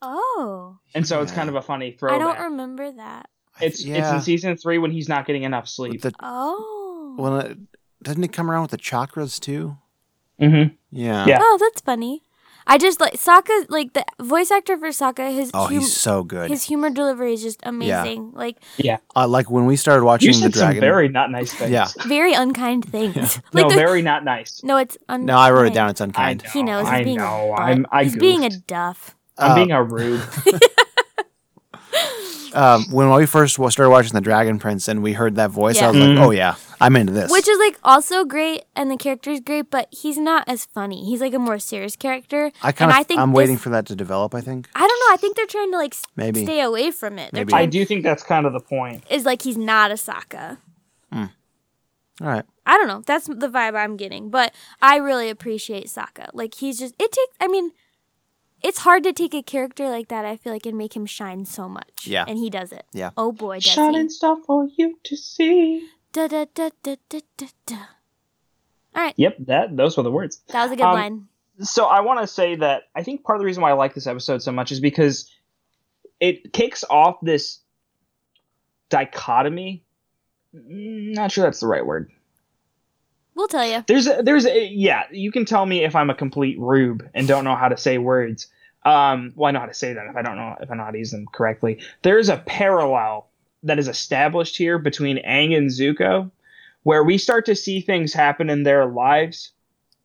[SPEAKER 3] Oh,
[SPEAKER 4] And so it's kind of a funny
[SPEAKER 3] I
[SPEAKER 4] throwback.
[SPEAKER 3] don't remember that.
[SPEAKER 4] it's it's
[SPEAKER 2] Yeah.
[SPEAKER 4] in season 3 when he's not getting enough
[SPEAKER 2] With
[SPEAKER 4] sleep.
[SPEAKER 2] the
[SPEAKER 3] Oh.
[SPEAKER 2] well, it, doesn't it come around with the chakras too?
[SPEAKER 4] Mhm.
[SPEAKER 2] Yeah.
[SPEAKER 4] Yeah.
[SPEAKER 3] Oh, that's funny. I just like Sokka, like the voice actor for Sokka. His
[SPEAKER 2] Oh,
[SPEAKER 3] hum-
[SPEAKER 2] he's so good.
[SPEAKER 3] his humor delivery is just amazing. Like
[SPEAKER 4] Yeah.
[SPEAKER 2] uh, like when we started watching
[SPEAKER 4] You
[SPEAKER 2] the
[SPEAKER 4] said some
[SPEAKER 2] dragon.
[SPEAKER 4] very not nice things.
[SPEAKER 2] Yeah.
[SPEAKER 3] very unkind
[SPEAKER 2] [laughs]
[SPEAKER 3] things. like
[SPEAKER 4] no,
[SPEAKER 3] the-
[SPEAKER 4] very not nice.
[SPEAKER 3] no, it's un-
[SPEAKER 2] no, I wrote it down. It's
[SPEAKER 3] unkind.
[SPEAKER 2] unkind.
[SPEAKER 4] I know.
[SPEAKER 3] He knows. He's
[SPEAKER 4] I
[SPEAKER 3] being
[SPEAKER 4] know,
[SPEAKER 3] A butt.
[SPEAKER 4] I'm- I
[SPEAKER 3] he's being a
[SPEAKER 4] goofed.
[SPEAKER 3] duff.
[SPEAKER 4] I'm
[SPEAKER 2] Uh,
[SPEAKER 4] being a rude.
[SPEAKER 2] um, when we first wa- started watching the Dragon Prince and we heard that voice, I
[SPEAKER 3] Yeah.
[SPEAKER 2] was
[SPEAKER 4] Mhm.
[SPEAKER 2] like, "Oh yeah, I'm into this."
[SPEAKER 3] Which is like also great, and the character's great, but he's not as funny. He's like a more serious character.
[SPEAKER 2] I kind
[SPEAKER 3] and I
[SPEAKER 2] of
[SPEAKER 3] think
[SPEAKER 2] I'm
[SPEAKER 3] this-
[SPEAKER 2] waiting for that to develop. I think.
[SPEAKER 3] I don't know. I think they're trying to like s-
[SPEAKER 2] Maybe.
[SPEAKER 3] stay away from it. They're
[SPEAKER 2] Maybe.
[SPEAKER 3] trying
[SPEAKER 4] I do think that's kind of the point.
[SPEAKER 3] is like he's not a Sokka.
[SPEAKER 2] All right.
[SPEAKER 3] I don't know. That's the vibe I'm getting, but I really appreciate Sokka. Like he's just it takes. I mean, it's hard to take a character like that. I feel like and make him shine so much.
[SPEAKER 2] Yeah.
[SPEAKER 3] and he does it.
[SPEAKER 2] Yeah.
[SPEAKER 3] Oh boy, does
[SPEAKER 4] Shining
[SPEAKER 3] he?
[SPEAKER 4] stuff for you to see.
[SPEAKER 3] Da, da, da, da, da, da, da. All right,
[SPEAKER 4] Yep, that those were the words.
[SPEAKER 3] that was a good
[SPEAKER 4] Um,
[SPEAKER 3] line.
[SPEAKER 4] so I want to say that I think part of the reason why I like this episode so much is because it kicks off this dichotomy. Mm, Not sure that's the right word.
[SPEAKER 3] We'll tell you.
[SPEAKER 4] There's a, there's a, yeah. You can tell me if I'm a complete rube and don't know how to say words. Um, well, I know how to say them if I don't know if I know how to use them correctly. There is a parallel that is established here between Aang and Zuko, where we start to see things happen in their lives,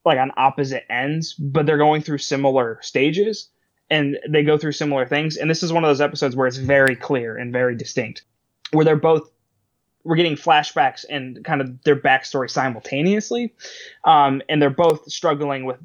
[SPEAKER 4] like on opposite ends, but they're going through similar stages and they go through similar things. And this is one of those episodes where it's very clear and very distinct, where they're both we're getting flashbacks and kind of their backstory simultaneously, um, and they're both struggling with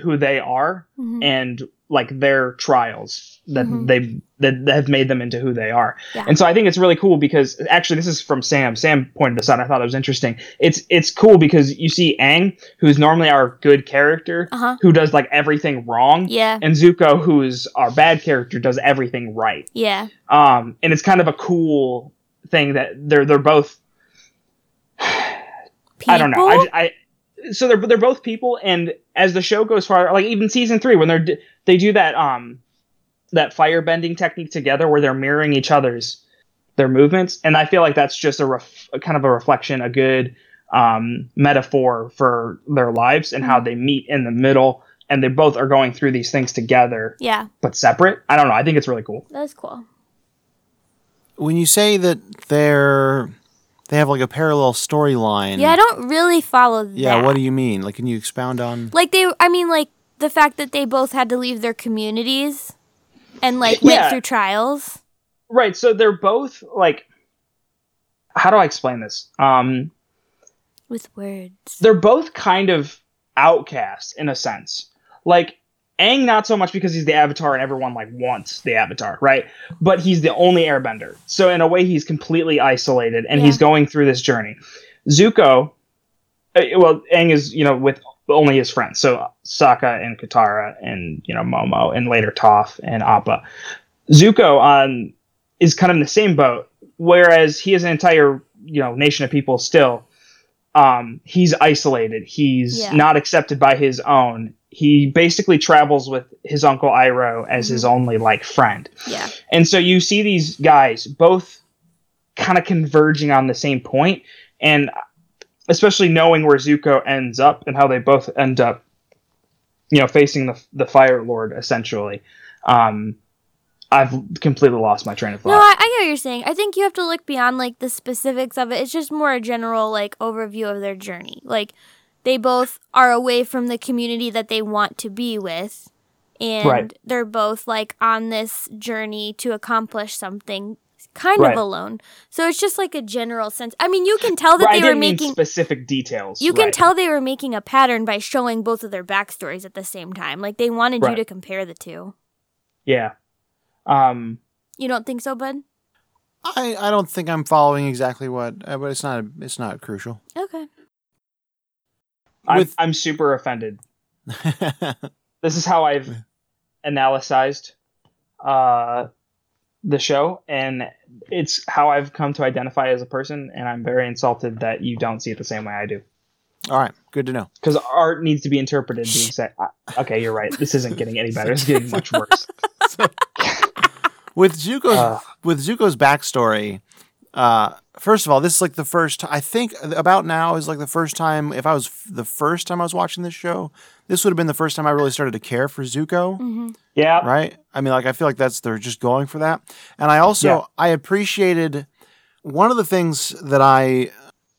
[SPEAKER 4] who they are
[SPEAKER 3] Mhm.
[SPEAKER 4] and like their trials that
[SPEAKER 3] Mhm.
[SPEAKER 4] they that, that have made them into who they are.
[SPEAKER 3] Yeah.
[SPEAKER 4] And so I think it's really cool because actually this is from Sam. Sam pointed this out. I thought it was interesting. It's it's cool because you see Aang, who's normally our good character,
[SPEAKER 3] Uh huh.
[SPEAKER 4] who does like everything wrong,
[SPEAKER 3] Yeah.
[SPEAKER 4] and Zuko, who is our bad character, does everything right
[SPEAKER 3] Yeah.
[SPEAKER 4] um, and it's kind of a cool thing that they're they're both
[SPEAKER 3] People?
[SPEAKER 4] I don't know I, I so they're they're both people and as the show goes farther like even season three when they're d- they do that um that fire bending technique together where they're mirroring each other's their movements and I feel like that's just a, ref, a kind of a reflection a good um, metaphor for their lives and how they meet in the middle and they both are going through these things together
[SPEAKER 3] yeah,
[SPEAKER 4] but separate I don't know I think it's really cool
[SPEAKER 3] that was cool.
[SPEAKER 2] When you say that they're they have like a parallel storyline.
[SPEAKER 3] Yeah, I don't really follow that.
[SPEAKER 2] Yeah. What do you mean? Like, can you expound on?
[SPEAKER 3] like they i mean like the fact that they both had to leave their communities and like
[SPEAKER 4] Yeah.
[SPEAKER 3] went through trials
[SPEAKER 4] Right. So they're both like, how do I explain this? Um,
[SPEAKER 3] with words
[SPEAKER 4] they're both kind of outcasts in a sense. Like Aang not so much because he's the Avatar and everyone like wants the Avatar, right? But he's the only Airbender, so in a way he's completely isolated and
[SPEAKER 3] Yeah.
[SPEAKER 4] he's going through this journey. Zuko, uh, well, Aang is you know with only his friends, so Sokka and Katara and you know Momo and later Toph and Appa. Zuko on is kind of in the same boat, whereas he is an entire you know nation of people still. Um, he's isolated. He's
[SPEAKER 3] Yeah.
[SPEAKER 4] not accepted by his own. He basically travels with his uncle Iroh as his only like friend.
[SPEAKER 3] Mm-hmm. Yeah.
[SPEAKER 4] And so you see these guys both kind of converging on the same point, and especially knowing where Zuko ends up and how they both end up, you know, facing the the Fire Lord essentially. Um, I've completely lost my train of thought.
[SPEAKER 3] No, I, I get what you're saying. I think you have to look beyond like the specifics of it. It's just more a general like overview of their journey. Like they both are away from the community that they want to be with, and
[SPEAKER 4] Right.
[SPEAKER 3] they're both like on this journey to accomplish something kind
[SPEAKER 4] Right.
[SPEAKER 3] of alone. So it's just like a general sense. I mean, you can tell that
[SPEAKER 4] Right, I
[SPEAKER 3] they were
[SPEAKER 4] didn't mean
[SPEAKER 3] making
[SPEAKER 4] specific details.
[SPEAKER 3] you can
[SPEAKER 4] right.
[SPEAKER 3] tell they were making a pattern by showing both of their backstories at the same time. Like they wanted
[SPEAKER 4] Right.
[SPEAKER 3] you to compare the two.
[SPEAKER 4] Yeah. Um,
[SPEAKER 3] You don't think so, bud?
[SPEAKER 2] I, I don't think I'm following exactly what, uh, but it's not it's not crucial. [laughs]
[SPEAKER 3] Okay.
[SPEAKER 4] I'm,
[SPEAKER 2] With-
[SPEAKER 4] I'm super offended. This is how I've analyzed uh, the show, and it's how I've come to identify as a person. And I'm very insulted that you don't see it the same way I do,
[SPEAKER 2] All right, good to know.
[SPEAKER 4] because art needs to be interpreted. Being said, okay, you're right. This isn't getting any better. It's getting much worse.
[SPEAKER 2] With Zuko's
[SPEAKER 4] Uh.
[SPEAKER 2] with Zuko's backstory, uh, first of all, this is like the first. I think about now is like the first time. If I was f- the first time I was watching this show, this would have been the first time I really started to care for Zuko.
[SPEAKER 3] Mm-hmm.
[SPEAKER 4] Yeah.
[SPEAKER 2] right? I mean, like I feel like that's they're just going for that. And I also
[SPEAKER 4] Yeah.
[SPEAKER 2] I appreciated one of the things that I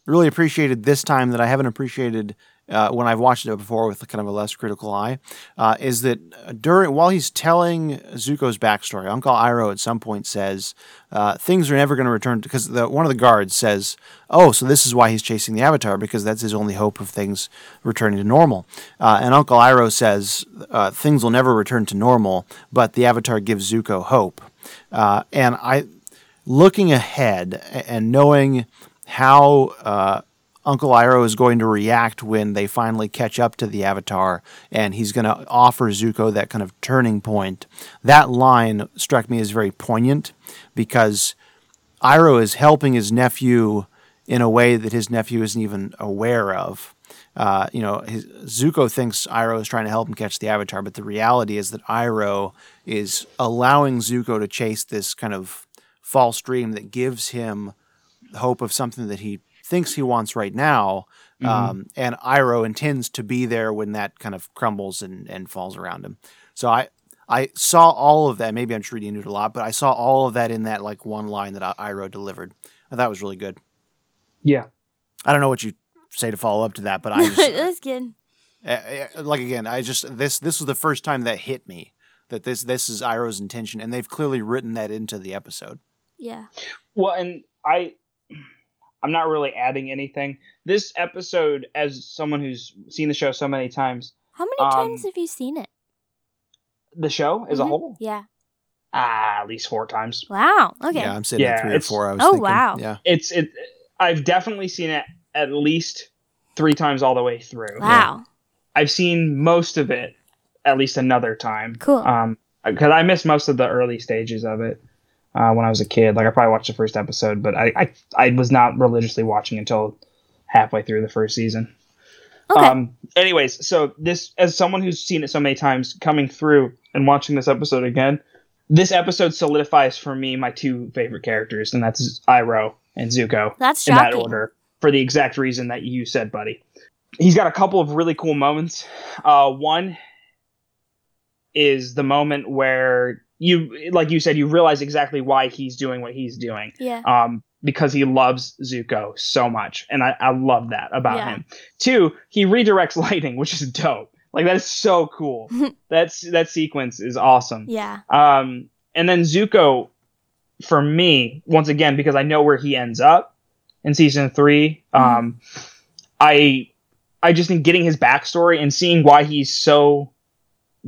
[SPEAKER 2] really appreciated this time that I haven't appreciated uh, when I've watched it before with kind of a less critical eye uh, is that during while he's telling Zuko's backstory, Uncle Iroh at some point says uh, things are never going to return because the, one of the guards says, "Oh, so this is why he's chasing the Avatar because that's his only hope of things returning to normal." Uh, and Uncle Iroh says uh, things will never return to normal, but the Avatar gives Zuko hope. Uh, and I, looking ahead a- and knowing how uh, Uncle Iroh is going to react when they finally catch up to the Avatar, and he's going to offer Zuko that kind of turning point. That line struck me as very poignant because Iroh is helping his nephew in a way that his nephew isn't even aware of. Uh, you know, his, Zuko thinks Iroh is trying to help him catch the Avatar, but the reality is that Iroh is allowing Zuko to chase this kind of false dream that gives him hope of something that he thinks he wants right now.
[SPEAKER 4] Mm-hmm.
[SPEAKER 2] Um, and Iroh intends to be there when that kind of crumbles and, and falls around him. So I I saw all of that. Maybe I'm just reading into it a lot, but I saw all of that in that like one line that I- Iroh delivered. I thought it was really good.
[SPEAKER 4] Yeah.
[SPEAKER 2] I don't know what you say to follow up to that, but
[SPEAKER 3] [laughs]
[SPEAKER 2] I just,
[SPEAKER 3] That's good.
[SPEAKER 2] uh, uh, like again, I just this this was the first time that hit me that this this is Iroh's intention, and they've clearly written that into the episode.
[SPEAKER 3] Yeah.
[SPEAKER 4] Well, and I, I'm not really adding anything. This episode, as someone who's seen the show so many times,
[SPEAKER 3] How many
[SPEAKER 4] Um,
[SPEAKER 3] times have you seen it?
[SPEAKER 4] the show as
[SPEAKER 3] Mhm.
[SPEAKER 4] a whole,
[SPEAKER 3] Yeah.
[SPEAKER 4] ah, at least four times.
[SPEAKER 3] Wow. Okay.
[SPEAKER 2] Yeah, I'm sitting
[SPEAKER 4] Yeah,
[SPEAKER 2] at three or
[SPEAKER 4] it's-
[SPEAKER 2] four. I was
[SPEAKER 3] Oh,
[SPEAKER 2] thinking.
[SPEAKER 3] wow.
[SPEAKER 2] Yeah,
[SPEAKER 4] It's it. I've definitely seen it at least three times all the way through.
[SPEAKER 3] Wow.
[SPEAKER 4] I've seen most of it at least another time.
[SPEAKER 3] Cool.
[SPEAKER 4] Um, because I missed most of the early stages of it uh, when I was a kid. Like I probably watched the first episode, but I I, I was not religiously watching until halfway through the first season.
[SPEAKER 3] Okay.
[SPEAKER 4] Um, anyways, so this, as someone who's seen it so many times, coming through and watching this episode again, this episode solidifies for me my two favorite characters, and that's Iroh and Zuko
[SPEAKER 3] That's
[SPEAKER 4] in that
[SPEAKER 3] shocking.
[SPEAKER 4] order for the exact reason that you said, buddy. He's got a couple of really cool moments. Uh, one is the moment where you, like you said, you realize exactly why he's doing what he's doing
[SPEAKER 3] Yeah.
[SPEAKER 4] um, because he loves Zuko so much, and I, I love that about
[SPEAKER 3] Yeah.
[SPEAKER 4] him. Two, he redirects [laughs] lighting, which is dope. Like that is so
[SPEAKER 3] [laughs]
[SPEAKER 4] cool. That's that sequence is awesome.
[SPEAKER 3] Yeah.
[SPEAKER 4] Um, and then Zuko, for me, once again, because I know where he ends up in season three.
[SPEAKER 3] Mm-hmm.
[SPEAKER 4] Um, I, I just think getting his backstory and seeing why he's so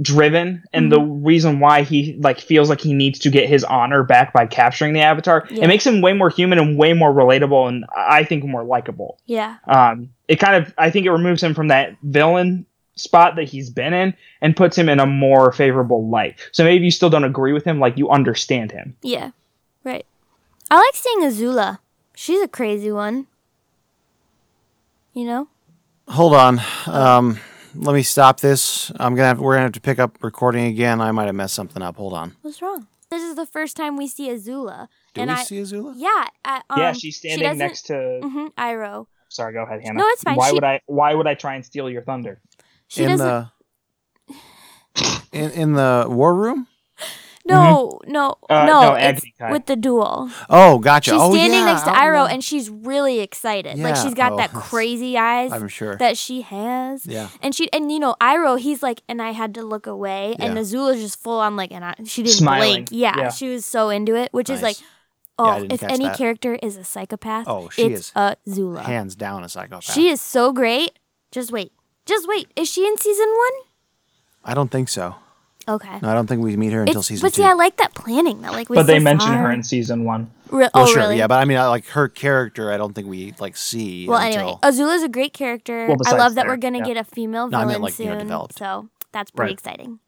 [SPEAKER 4] driven and the
[SPEAKER 3] Mm-hmm.
[SPEAKER 4] reason why he like feels like he needs to get his honor back by capturing the avatar
[SPEAKER 3] Yeah.
[SPEAKER 4] it makes him way more human and way more relatable and i think more likable
[SPEAKER 3] Yeah.
[SPEAKER 4] um, it kind of I think it removes him from that villain spot that he's been in and puts him in a more favorable light. So maybe you still don't agree with him, like you understand him.
[SPEAKER 3] Yeah. Right. I like seeing Azula. She's a crazy one. You know?
[SPEAKER 2] Hold on. Um, let me stop this. I'm gonna have, we're gonna have to pick up recording again. I might have messed something up. Hold on.
[SPEAKER 3] What's wrong? This is the first time we see Azula.
[SPEAKER 2] Do
[SPEAKER 3] and
[SPEAKER 2] we
[SPEAKER 3] I,
[SPEAKER 2] see Azula?
[SPEAKER 3] Yeah. I, um,
[SPEAKER 4] yeah, she's standing next to.
[SPEAKER 3] hmm Iroh.
[SPEAKER 4] Sorry, go ahead, Hannah.
[SPEAKER 3] No, it's fine.
[SPEAKER 4] Why
[SPEAKER 3] She-
[SPEAKER 4] would I? Why would I try and steal your thunder?
[SPEAKER 3] She
[SPEAKER 2] in
[SPEAKER 3] doesn't.
[SPEAKER 2] the
[SPEAKER 3] [laughs]
[SPEAKER 2] in, in the war room.
[SPEAKER 3] no, no,
[SPEAKER 4] Uh,
[SPEAKER 3] no.
[SPEAKER 4] no,
[SPEAKER 3] it's
[SPEAKER 4] Agni Kai.
[SPEAKER 3] with the duel.
[SPEAKER 2] Oh, gotcha.
[SPEAKER 3] She's
[SPEAKER 2] oh,
[SPEAKER 3] standing
[SPEAKER 2] yeah,
[SPEAKER 3] next to
[SPEAKER 2] out in
[SPEAKER 3] Iroh,
[SPEAKER 2] the-
[SPEAKER 3] and she's really excited. Like
[SPEAKER 2] Yeah.
[SPEAKER 3] she's got
[SPEAKER 2] Oh, [laughs]
[SPEAKER 3] that
[SPEAKER 2] that's-
[SPEAKER 3] crazy eyes
[SPEAKER 2] I'm sure.
[SPEAKER 3] that she has.
[SPEAKER 2] yeah.
[SPEAKER 3] And she and you know Iroh, he's like, and I had to look away, and
[SPEAKER 2] Yeah.
[SPEAKER 3] Azula's just full on like, and I, she didn't
[SPEAKER 4] Smiling.
[SPEAKER 3] blink. Yeah,
[SPEAKER 4] Yeah.
[SPEAKER 3] she was so into it, which is like,
[SPEAKER 2] Nice. Yeah, I
[SPEAKER 3] oh,
[SPEAKER 2] didn't
[SPEAKER 3] if
[SPEAKER 2] catch
[SPEAKER 3] any
[SPEAKER 2] that.
[SPEAKER 3] character is a psychopath,
[SPEAKER 2] Oh, she
[SPEAKER 3] it's
[SPEAKER 2] is.
[SPEAKER 3] Azula.
[SPEAKER 2] hands down a psychopath.
[SPEAKER 3] She is so great. Just wait, just wait. Is she in season one?
[SPEAKER 2] I don't think so.
[SPEAKER 3] Okay.
[SPEAKER 2] No, I don't think we meet her until
[SPEAKER 3] It's-
[SPEAKER 2] season
[SPEAKER 3] but
[SPEAKER 2] two.
[SPEAKER 3] see, I like that planning. That like, was
[SPEAKER 4] but they
[SPEAKER 3] so
[SPEAKER 4] mention
[SPEAKER 3] far.
[SPEAKER 4] her in season one.
[SPEAKER 3] Re-
[SPEAKER 2] well,
[SPEAKER 3] oh,
[SPEAKER 2] sure,
[SPEAKER 3] really?
[SPEAKER 2] yeah, but I mean, I, like her character, I don't think we like see.
[SPEAKER 3] Well,
[SPEAKER 2] until,
[SPEAKER 3] anyway, Azula's a great character.
[SPEAKER 4] Well,
[SPEAKER 3] I
[SPEAKER 4] besides
[SPEAKER 3] love that
[SPEAKER 4] there,
[SPEAKER 3] we're gonna
[SPEAKER 4] yeah.
[SPEAKER 3] get a female
[SPEAKER 2] No, I
[SPEAKER 3] villain
[SPEAKER 2] meant, like, you
[SPEAKER 3] soon.
[SPEAKER 2] know, developed.
[SPEAKER 3] So that's pretty
[SPEAKER 4] Right.
[SPEAKER 3] exciting.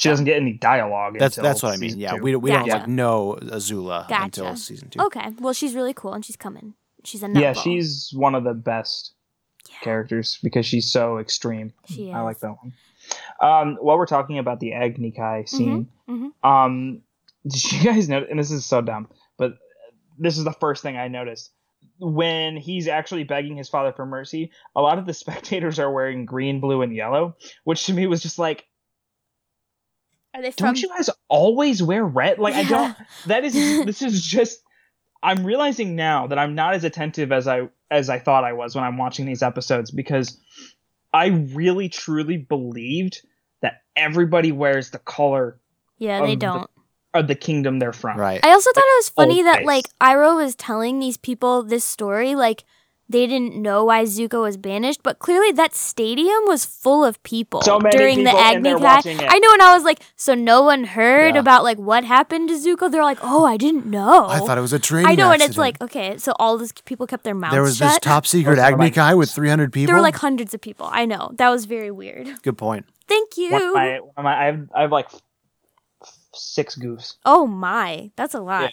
[SPEAKER 4] She doesn't get any dialogue.
[SPEAKER 2] that's
[SPEAKER 4] until
[SPEAKER 2] that's what I mean.
[SPEAKER 4] season
[SPEAKER 2] Yeah,
[SPEAKER 4] two.
[SPEAKER 2] we, we don't
[SPEAKER 3] Gotcha.
[SPEAKER 2] like know Azula until
[SPEAKER 3] Gotcha.
[SPEAKER 2] season two.
[SPEAKER 3] Okay. Well, she's really cool, and she's coming. She's a
[SPEAKER 4] yeah,
[SPEAKER 3] nutball.
[SPEAKER 4] she's one of the best characters because she's so extreme.
[SPEAKER 3] She
[SPEAKER 4] I
[SPEAKER 3] is.
[SPEAKER 4] like that one. Um, while we're talking about the Agni Kai scene,
[SPEAKER 3] mhm.
[SPEAKER 4] um, did you [laughs] guys know? And this is so dumb, but this is the first thing I noticed. When he's actually begging his father for mercy, a lot of the [laughs] spectators are wearing green, blue, and yellow, which to me was just like,
[SPEAKER 3] Are they from?
[SPEAKER 4] don't you guys always wear red? Like I don't.
[SPEAKER 3] [laughs]
[SPEAKER 4] That is. This is just. I'm realizing now that I'm not as attentive as I as I thought I was when I'm watching these episodes because I really truly believed that everybody wears the color
[SPEAKER 3] yeah, they
[SPEAKER 4] of the-
[SPEAKER 3] don't.
[SPEAKER 4] of the kingdom they're from.
[SPEAKER 2] Right.
[SPEAKER 3] I also thought it was funny that
[SPEAKER 4] always.
[SPEAKER 3] like Iroh was telling these people this story, like they didn't know why Zuko was banished, but clearly that stadium was full of people
[SPEAKER 4] So many
[SPEAKER 3] during the
[SPEAKER 4] people, and
[SPEAKER 3] Agni
[SPEAKER 4] they're
[SPEAKER 3] Kai.
[SPEAKER 4] watching it.
[SPEAKER 3] I know, and I was like, so no one heard
[SPEAKER 2] Yeah.
[SPEAKER 3] about like what happened to Zuko. They're like, oh, I didn't know.
[SPEAKER 2] I thought it was a train.
[SPEAKER 3] I know, and it's
[SPEAKER 2] accident.
[SPEAKER 3] like okay, so all these people kept their mouths
[SPEAKER 2] there was
[SPEAKER 3] shut.
[SPEAKER 2] this top secret
[SPEAKER 4] Those are
[SPEAKER 2] Agni
[SPEAKER 4] like-
[SPEAKER 2] Kai with 300 people.
[SPEAKER 3] there were like hundreds of people. I know that was very weird. [laughs]
[SPEAKER 2] good point.
[SPEAKER 3] Thank
[SPEAKER 4] One of
[SPEAKER 3] you.
[SPEAKER 4] my, one of my- I have I have like f- f- six goofs.
[SPEAKER 3] oh my, that's a lot.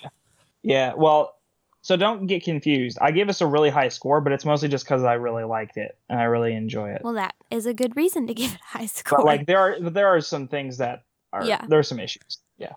[SPEAKER 4] Yeah. Well, so don't get confused. I gave us a really high score, but it's mostly just because I really liked it and I really enjoy it.
[SPEAKER 3] Well, that is a good reason to give it a high score.
[SPEAKER 4] but like there are there are some things that are
[SPEAKER 3] Yeah.
[SPEAKER 4] there are some issues. Yeah.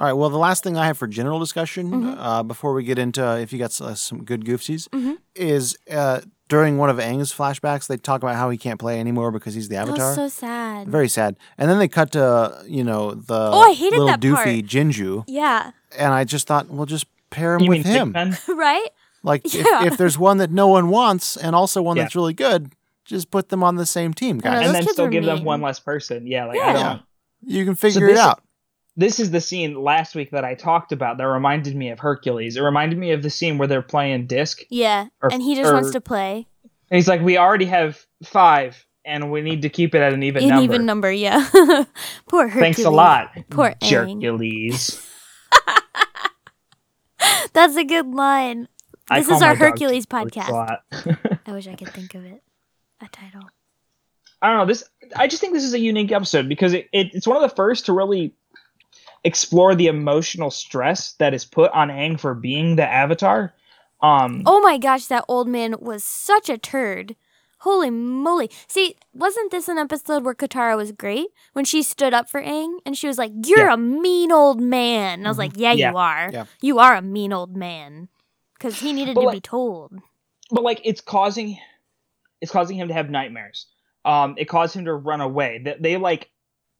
[SPEAKER 2] All right. Well, the last thing I have for general discussion
[SPEAKER 3] Mhm.
[SPEAKER 2] uh, before we get into if you got s- uh, some good goofsies
[SPEAKER 3] Mhm.
[SPEAKER 2] is uh, during one of Aang's flashbacks, they talk about how he can't play anymore because he's the
[SPEAKER 3] that
[SPEAKER 2] Avatar.
[SPEAKER 3] was so sad.
[SPEAKER 2] Very sad. And then they cut to you know the
[SPEAKER 3] Oh, I hated
[SPEAKER 2] little
[SPEAKER 3] that
[SPEAKER 2] doofy
[SPEAKER 3] part.
[SPEAKER 2] Jinju,
[SPEAKER 3] yeah, [laughs]
[SPEAKER 2] and I just thought, well, just pair him with him.
[SPEAKER 4] Pigpen?
[SPEAKER 3] right?
[SPEAKER 2] Like
[SPEAKER 3] Yeah.
[SPEAKER 2] if, if there's one that no one wants, and also one
[SPEAKER 4] Yeah.
[SPEAKER 2] that's really good, just put them on the same team,
[SPEAKER 3] Yeah,
[SPEAKER 2] guys.
[SPEAKER 4] and
[SPEAKER 3] those
[SPEAKER 4] then
[SPEAKER 3] kids
[SPEAKER 4] still
[SPEAKER 3] were
[SPEAKER 4] give them
[SPEAKER 3] mean.
[SPEAKER 4] one less person. Yeah, like I
[SPEAKER 3] Yeah.
[SPEAKER 4] don't.
[SPEAKER 2] you can figure it
[SPEAKER 4] this-
[SPEAKER 2] out.
[SPEAKER 4] This is the scene last week that I talked about that reminded me of Hercules. It reminded me of the scene where they're playing disc,
[SPEAKER 3] Yeah,
[SPEAKER 4] Or-
[SPEAKER 3] and he just
[SPEAKER 4] or-
[SPEAKER 3] wants to play
[SPEAKER 4] and he's like, "We already have five, and we need to keep it at an even
[SPEAKER 3] an
[SPEAKER 4] number."
[SPEAKER 3] even number. Yeah, [laughs] poor Hercules.
[SPEAKER 4] Thanks a lot,
[SPEAKER 3] Poor Aang.
[SPEAKER 4] Hercules.
[SPEAKER 3] [laughs] That's a good line.
[SPEAKER 4] I
[SPEAKER 3] This
[SPEAKER 4] call
[SPEAKER 3] is our
[SPEAKER 4] my dog
[SPEAKER 3] Hercules
[SPEAKER 4] Hercules a
[SPEAKER 3] podcast.
[SPEAKER 4] lot. [laughs]
[SPEAKER 3] I wish I could think of it. A title.
[SPEAKER 4] I don't know. This I just think this is a unique episode because it, it it's one of the first to really explore the emotional stress that is put on Aang for being the Avatar. Um,
[SPEAKER 3] Oh my gosh, that old man was such a turd. Holy moly. See, wasn't this an episode where Katara was great? When she stood up for Aang and she was like, You're
[SPEAKER 4] Yeah.
[SPEAKER 3] a mean old man. And I was like, Mm-hmm. Yeah,
[SPEAKER 4] Yeah.
[SPEAKER 3] you are.
[SPEAKER 2] Yeah.
[SPEAKER 3] You are a mean old man. Because he needed
[SPEAKER 4] But
[SPEAKER 3] to
[SPEAKER 4] like-
[SPEAKER 3] be told.
[SPEAKER 4] but like it's causing it's causing him to have nightmares um it caused him to run away they, they like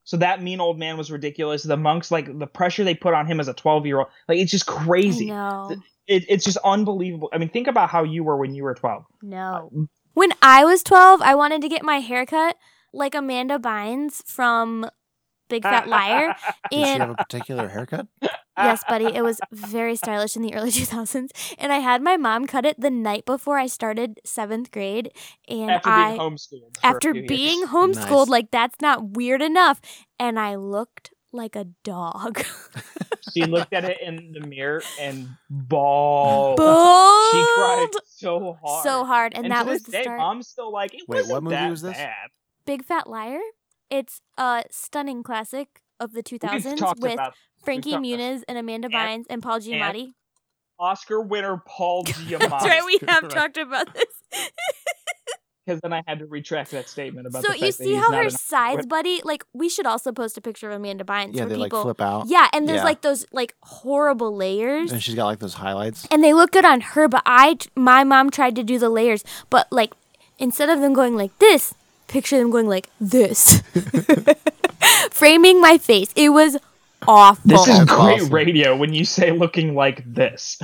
[SPEAKER 4] so that mean old man was ridiculous the monks like the pressure they put on him as a 12 year old like it's just crazy
[SPEAKER 3] I know.
[SPEAKER 4] it, it's just unbelievable i mean think about how you were when you were 12
[SPEAKER 3] No. When I was 12, I wanted to get my hair cut like Amanda Bynes from big fat
[SPEAKER 4] [laughs]
[SPEAKER 3] liar.
[SPEAKER 2] Did she
[SPEAKER 3] And
[SPEAKER 2] have a particular
[SPEAKER 3] [laughs]
[SPEAKER 2] haircut?
[SPEAKER 3] yes, buddy, it was very stylish in the early [laughs] 2000s. And I had my mom cut it the night before I started seventh grade. And
[SPEAKER 4] after
[SPEAKER 3] I,
[SPEAKER 4] being homeschooled. for a
[SPEAKER 3] after
[SPEAKER 4] few years.
[SPEAKER 3] being homeschooled,
[SPEAKER 2] Nice.
[SPEAKER 3] like that's not weird enough. And I looked like a dog. [laughs]
[SPEAKER 4] she looked at it in the mirror and bawled.
[SPEAKER 3] Bold!
[SPEAKER 4] Oh, She cried so hard.
[SPEAKER 3] So hard. And,
[SPEAKER 4] And,
[SPEAKER 3] that
[SPEAKER 4] to
[SPEAKER 3] was
[SPEAKER 4] this
[SPEAKER 3] the
[SPEAKER 4] day,
[SPEAKER 3] start.
[SPEAKER 4] mom's still like, it
[SPEAKER 2] Wait,
[SPEAKER 4] wasn't
[SPEAKER 2] what movie
[SPEAKER 4] that
[SPEAKER 2] was this?
[SPEAKER 4] bad.
[SPEAKER 3] Big Fat Liar. It's a stunning classic of the
[SPEAKER 4] We've
[SPEAKER 3] 2000s
[SPEAKER 4] talked
[SPEAKER 3] with
[SPEAKER 4] about
[SPEAKER 3] Frankie
[SPEAKER 4] talked about-
[SPEAKER 3] Muniz and Amanda
[SPEAKER 4] And-
[SPEAKER 3] Bynes and Paul Giamatti.
[SPEAKER 4] Oscar winner Paul Giamatti.
[SPEAKER 3] [laughs] That's right,
[SPEAKER 4] [laughs]
[SPEAKER 3] we have
[SPEAKER 2] Right.
[SPEAKER 3] talked about this.
[SPEAKER 4] Because then I had to retract that statement about
[SPEAKER 3] so
[SPEAKER 4] the
[SPEAKER 3] you
[SPEAKER 4] fact that
[SPEAKER 3] see
[SPEAKER 4] he's
[SPEAKER 3] how
[SPEAKER 4] not
[SPEAKER 3] her
[SPEAKER 4] an-
[SPEAKER 3] sides, buddy, like we should also post a picture of Amanda Bynes
[SPEAKER 2] Yeah,
[SPEAKER 3] for
[SPEAKER 2] they like
[SPEAKER 3] people.
[SPEAKER 2] flip out.
[SPEAKER 3] yeah, and there's
[SPEAKER 2] Yeah.
[SPEAKER 3] like those like horrible layers.
[SPEAKER 2] And she's got like those highlights.
[SPEAKER 3] and they look good on her but i my mom tried to do the layers but like instead of them going like this picture them going like
[SPEAKER 2] [laughs]
[SPEAKER 3] this [laughs] framing my face it was awful
[SPEAKER 4] This is
[SPEAKER 2] That's
[SPEAKER 4] great
[SPEAKER 2] awesome.
[SPEAKER 4] radio when you say looking like this.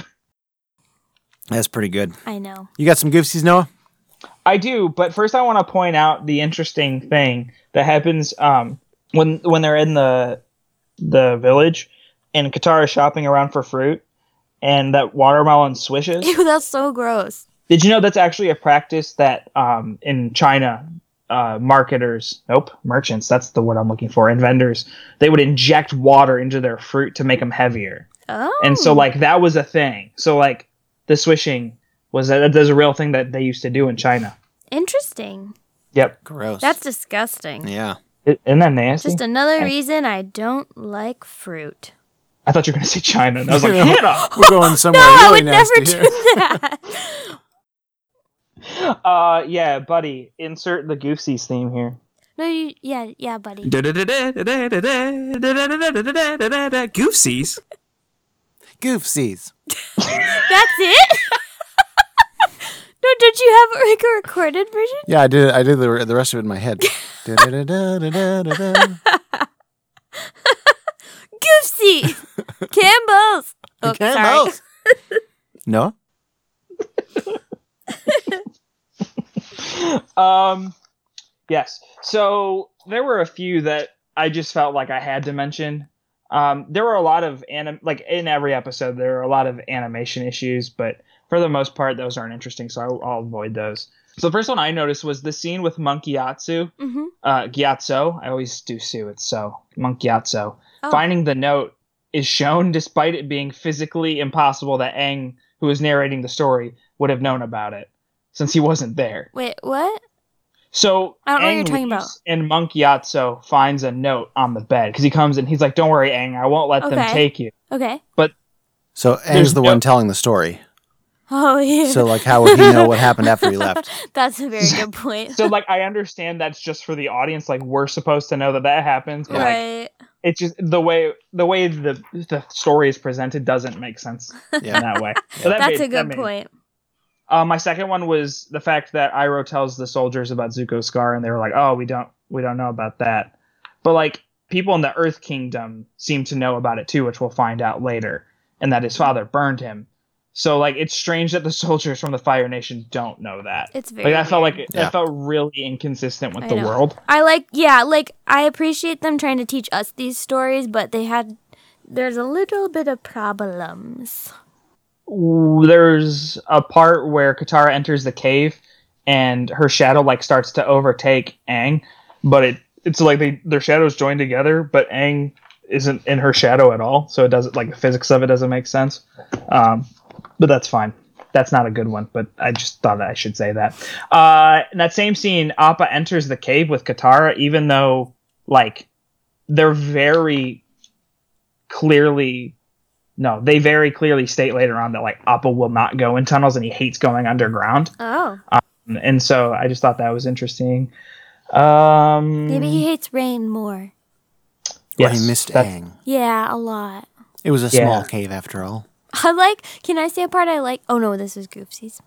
[SPEAKER 2] That's pretty good.
[SPEAKER 3] i know
[SPEAKER 2] You got some goofsies, Noah?
[SPEAKER 4] I do, but first I want to point out the interesting thing that happens um, when when they're in the the village and Katara is shopping around for fruit and that watermelon
[SPEAKER 3] [laughs]
[SPEAKER 4] swishes.
[SPEAKER 3] Ew, that's so gross
[SPEAKER 4] Did you know that's actually a practice that um, in China, uh, marketers, nope, merchants, that's the word I'm looking for, and vendors, they would inject water into their fruit to make them heavier.
[SPEAKER 3] oh
[SPEAKER 4] And so, like, that was a thing. So, like, the swishing was a, that's a real thing that they used to do in China.
[SPEAKER 3] interesting
[SPEAKER 4] Yep.
[SPEAKER 2] Gross.
[SPEAKER 3] that's disgusting
[SPEAKER 2] yeah.
[SPEAKER 4] I- Isn't that nasty?
[SPEAKER 3] just another reason i don't like fruit
[SPEAKER 4] I thought you were going to say China. And I was like,
[SPEAKER 2] Yeah.
[SPEAKER 4] Hannah!
[SPEAKER 2] [laughs] We're going somewhere
[SPEAKER 3] no [laughs] i
[SPEAKER 2] Oh, really
[SPEAKER 3] would never
[SPEAKER 2] nasty
[SPEAKER 3] do
[SPEAKER 2] [laughs] here.
[SPEAKER 3] that
[SPEAKER 4] Uh, yeah, buddy, insert the Goofsies theme here.
[SPEAKER 3] no you yeah yeah buddy
[SPEAKER 5] Goofsies.
[SPEAKER 2] Goofsies.
[SPEAKER 3] that's it [laughs] no did you have like a recorded version
[SPEAKER 2] Yeah, I did. I did the, the rest of it in my
[SPEAKER 3] [laughs]
[SPEAKER 2] head. Da-da-da-da-da-da-da.
[SPEAKER 4] [laughs]
[SPEAKER 3] Goofsy! Campbell's! Oh,
[SPEAKER 2] Okay,
[SPEAKER 3] sorry. [laughs]
[SPEAKER 2] Mouse. Noah,
[SPEAKER 4] Um, yes. So there were a few that I just felt like I had to mention. Um, there were a lot of anim, like in every episode, there are a lot of animation issues, but for the most part, those aren't interesting, so I'll, I'll avoid those. So the first one I noticed was the scene with Monkey Yatsu,
[SPEAKER 3] Mm-hmm.
[SPEAKER 4] uh, Gyatso. I always do Sue. It's so Monkey Yatso.
[SPEAKER 3] Oh.
[SPEAKER 4] Finding the note is shown despite it being physically impossible that Aang, who is narrating the story, would have known about it since he wasn't there.
[SPEAKER 3] Wait, what?
[SPEAKER 4] So
[SPEAKER 3] I don't know what
[SPEAKER 4] Aang
[SPEAKER 3] you're talking
[SPEAKER 4] leaves And Monk Yatso finds a note on the bed because he comes and he's like, "Don't worry, Aang, I won't let them
[SPEAKER 3] Okay. [laughs]
[SPEAKER 4] take you."
[SPEAKER 3] Okay.
[SPEAKER 2] so Aang's
[SPEAKER 4] There's
[SPEAKER 2] the
[SPEAKER 4] no-
[SPEAKER 2] one telling the story.
[SPEAKER 3] [laughs] Oh, [laughs] yeah.
[SPEAKER 2] So like, how would he know what happened after he left?
[SPEAKER 3] That's a
[SPEAKER 4] [laughs]
[SPEAKER 3] very good point.
[SPEAKER 4] So like, I understand that's just for the audience. Like, we're supposed to know that that happens, but like,
[SPEAKER 3] right.
[SPEAKER 4] it's just the way the way the the story is presented doesn't
[SPEAKER 3] [laughs]
[SPEAKER 4] make sense in
[SPEAKER 2] Yeah.
[SPEAKER 4] that way. So that
[SPEAKER 3] That's
[SPEAKER 4] made-
[SPEAKER 3] a
[SPEAKER 4] that
[SPEAKER 3] good
[SPEAKER 4] made-
[SPEAKER 3] point.
[SPEAKER 4] Uh, my second one was the fact that Iroh tells the soldiers about Zuko's scar, and they were like, "Oh, we don't, we don't know about that." But like, people in the Earth Kingdom seem to know about it too, which we'll find out later, and that his father burned him. So like, it's strange that the [laughs] soldiers from the Fire Nation don't know that.
[SPEAKER 3] It's very.
[SPEAKER 4] Like, that felt like
[SPEAKER 2] Yeah.
[SPEAKER 4] that felt really inconsistent with
[SPEAKER 3] I
[SPEAKER 4] the
[SPEAKER 3] know.
[SPEAKER 4] world.
[SPEAKER 3] I like, yeah, like, I appreciate them trying to teach us these stories, but they had. There's a little bit of problems.
[SPEAKER 4] there's a part where Katara enters the cave and her shadow like starts to overtake Aang, but it it's like they their shadows join together, but Aang isn't in her shadow at all, so it doesn't like the physics of it doesn't make sense. Um, but that's fine. That's not a good one, but I just thought I should say that. Uh, in that same scene, Appa enters the cave with Katara, even though like they're very clearly no, they very clearly state later on that like Appa will not go in tunnels and he hates going underground.
[SPEAKER 3] Oh.
[SPEAKER 4] And so I just thought that was interesting. Um
[SPEAKER 3] Maybe
[SPEAKER 2] Mm.
[SPEAKER 3] he hates rain more.
[SPEAKER 2] Or he missed
[SPEAKER 4] that's-
[SPEAKER 2] Aang.
[SPEAKER 3] Yeah, a lot. [laughs]
[SPEAKER 2] It was a
[SPEAKER 4] Yeah.
[SPEAKER 2] small cave after all.
[SPEAKER 3] I like. Can I say a part I like? Oh, no, this is Goofsies.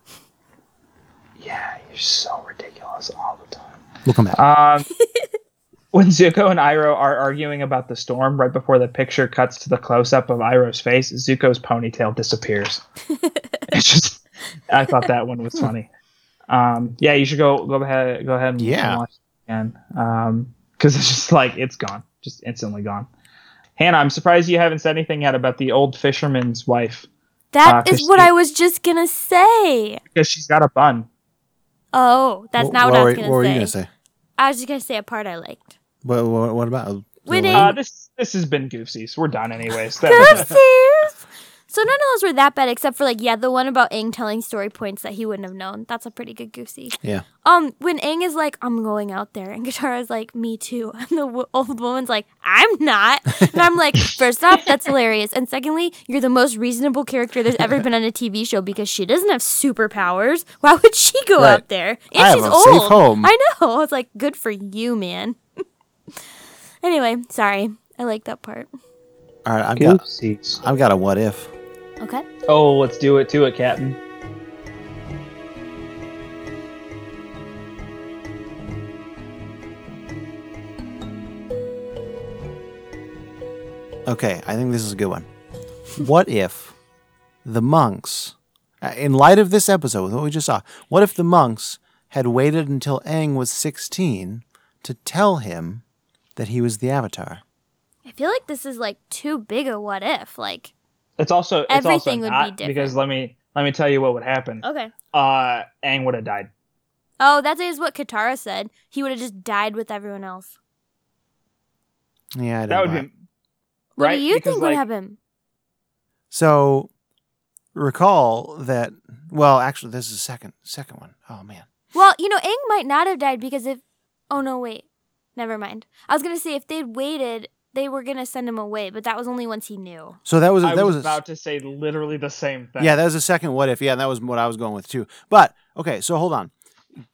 [SPEAKER 4] Yeah, you're so ridiculous all the time.
[SPEAKER 2] Look him up.
[SPEAKER 4] Um, [laughs] When Zuko and Iroh are arguing about the storm, right before the picture cuts to the close up of Iroh's face, Zuko's ponytail disappears. it's just I thought that one was funny. Um yeah, you should go go ahead go ahead and
[SPEAKER 2] Yeah.
[SPEAKER 4] watch it again. Um because it's just like it's gone. just instantly gone. Hannah, I'm surprised you haven't said anything yet about the old fisherman's wife
[SPEAKER 3] That
[SPEAKER 2] Ah,
[SPEAKER 4] Uh,
[SPEAKER 3] is what
[SPEAKER 4] Christine.
[SPEAKER 3] I was just gonna say.
[SPEAKER 4] because she's got a bun.
[SPEAKER 3] Oh, that's not what, I
[SPEAKER 2] were-
[SPEAKER 3] was
[SPEAKER 2] What
[SPEAKER 3] gonna
[SPEAKER 2] were
[SPEAKER 3] say.
[SPEAKER 2] you gonna say?
[SPEAKER 3] I was just gonna say a part I liked. [laughs]
[SPEAKER 2] What, what, what about?
[SPEAKER 3] Winning.
[SPEAKER 4] Uh, this this has been goofsies. We're done anyways. That was it.
[SPEAKER 3] Oopsies. So none of those were that bad, except for like yeah, the one about Aang telling story points that he wouldn't have known. That's a pretty good goosey.
[SPEAKER 2] Yeah.
[SPEAKER 3] Um, when Aang is like, "I'm going out there," and [laughs] Katara's like, "Me too," [laughs] and the w- old woman's like, "I'm not," and I'm
[SPEAKER 2] [laughs]
[SPEAKER 3] like, first off, that's hilarious, and secondly, you're the most reasonable character there's ever been on a TV show because she doesn't have superpowers. Why would she go
[SPEAKER 2] Right.
[SPEAKER 3] out there? And
[SPEAKER 2] I have
[SPEAKER 3] she's
[SPEAKER 2] a
[SPEAKER 3] old.
[SPEAKER 2] safe home.
[SPEAKER 3] I know. [laughs] It's like good for you, man. [laughs] anyway, sorry. I like that part.
[SPEAKER 2] All right, I've got
[SPEAKER 4] Goofsies.
[SPEAKER 2] I've got a what if.
[SPEAKER 3] Okay.
[SPEAKER 4] Oh, let's do it to it, Captain.
[SPEAKER 2] Okay, I think this is a good one. What if the monks, uh, in light of this episode, with what we just saw, what if the monks had waited until Aang was 16 to tell him that he was the Avatar?
[SPEAKER 3] I feel like this is like too big a what if. Like,
[SPEAKER 4] It's also it's
[SPEAKER 3] Everything
[SPEAKER 4] also
[SPEAKER 3] would be
[SPEAKER 4] not,
[SPEAKER 3] different. Oh.
[SPEAKER 4] because let me let me tell you what would happen.
[SPEAKER 3] okay.
[SPEAKER 4] Uh, Aang would have died.
[SPEAKER 3] Oh, that is what Katara said. He would have just died with everyone else.
[SPEAKER 2] Yeah, I don't
[SPEAKER 4] That would
[SPEAKER 2] know.
[SPEAKER 4] be
[SPEAKER 3] What
[SPEAKER 4] right.
[SPEAKER 3] do you
[SPEAKER 4] because,
[SPEAKER 3] think
[SPEAKER 4] like,
[SPEAKER 3] would happen?
[SPEAKER 2] So recall that. Well, actually, this is the second second one. Oh man.
[SPEAKER 3] Well, you know, Aang might not have died because if. Oh, no, wait. Never mind. I was going to say if they'd waited, they were going to send him away, but that was only once he knew.
[SPEAKER 2] So that was a-
[SPEAKER 4] I
[SPEAKER 2] that
[SPEAKER 4] was,
[SPEAKER 2] was, a,
[SPEAKER 4] about to say literally the same thing.
[SPEAKER 2] yeah that was the second what if yeah that was what I was going with too. But okay, so hold on.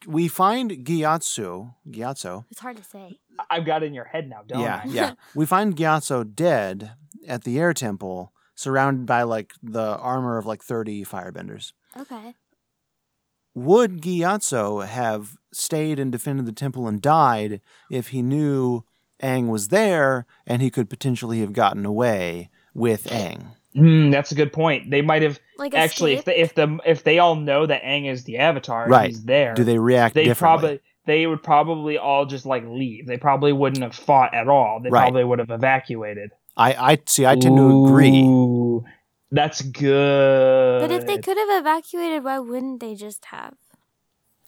[SPEAKER 2] We find Gyatso Gyatso.
[SPEAKER 3] It's hard to say.
[SPEAKER 4] I've got it in your head now, don't
[SPEAKER 2] Yeah,
[SPEAKER 4] I? [laughs]
[SPEAKER 2] yeah. [laughs] we find Gyatso dead at the air temple, surrounded by like the armor of like thirty firebenders.
[SPEAKER 3] Okay.
[SPEAKER 2] Would Gyatso have stayed and defended the temple and died if he knew Aang was there and he could potentially have gotten away with Aang?
[SPEAKER 4] Mm, that's a good point. They might have
[SPEAKER 3] Like,
[SPEAKER 4] actually if
[SPEAKER 3] escape?
[SPEAKER 4] the, if the if they all know that Aang is the Avatar, and
[SPEAKER 2] Right.
[SPEAKER 4] he's there.
[SPEAKER 2] Do they react
[SPEAKER 4] they
[SPEAKER 2] differently?
[SPEAKER 4] probably they would probably all just like leave. They probably wouldn't have fought at all. They
[SPEAKER 2] Right.
[SPEAKER 4] probably would have evacuated.
[SPEAKER 2] I, I see. I tend to agree.
[SPEAKER 4] Ooh, that's good.
[SPEAKER 3] But if they could have evacuated, why wouldn't they just have?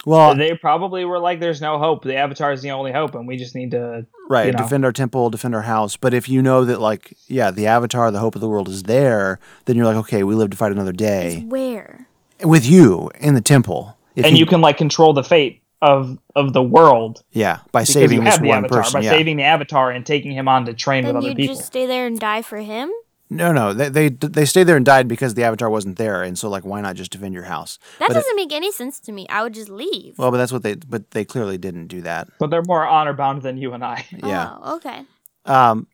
[SPEAKER 2] Well,
[SPEAKER 4] they probably were like, "There's no hope. The Avatar is the only hope, and we just need to."
[SPEAKER 2] right.
[SPEAKER 4] you know.
[SPEAKER 2] Defend our temple, defend our house. But if you know that, like, yeah, the Avatar, the hope of the world is there, then you're like, okay, we live to fight another day.
[SPEAKER 3] It's where?
[SPEAKER 2] with you in the temple. If
[SPEAKER 4] And you can like control the fate of of the world
[SPEAKER 2] yeah, by
[SPEAKER 4] because you
[SPEAKER 2] saving this
[SPEAKER 4] have the
[SPEAKER 2] one
[SPEAKER 4] Avatar
[SPEAKER 2] person.
[SPEAKER 4] by
[SPEAKER 2] Yeah.
[SPEAKER 4] saving the Avatar and taking him on to train
[SPEAKER 3] Then
[SPEAKER 4] with
[SPEAKER 3] you
[SPEAKER 4] other people.
[SPEAKER 3] just stay there and die for him?
[SPEAKER 2] no, no, they, they they stayed there and died because the Avatar wasn't there, and so like, why not just defend your house?
[SPEAKER 3] That
[SPEAKER 2] But it-
[SPEAKER 3] doesn't make any sense to me. I would just leave.
[SPEAKER 2] Well, but that's what they, but they clearly didn't do that.
[SPEAKER 4] But they're more honor bound than you and I.
[SPEAKER 2] Yeah.
[SPEAKER 3] Oh, okay.
[SPEAKER 2] Um.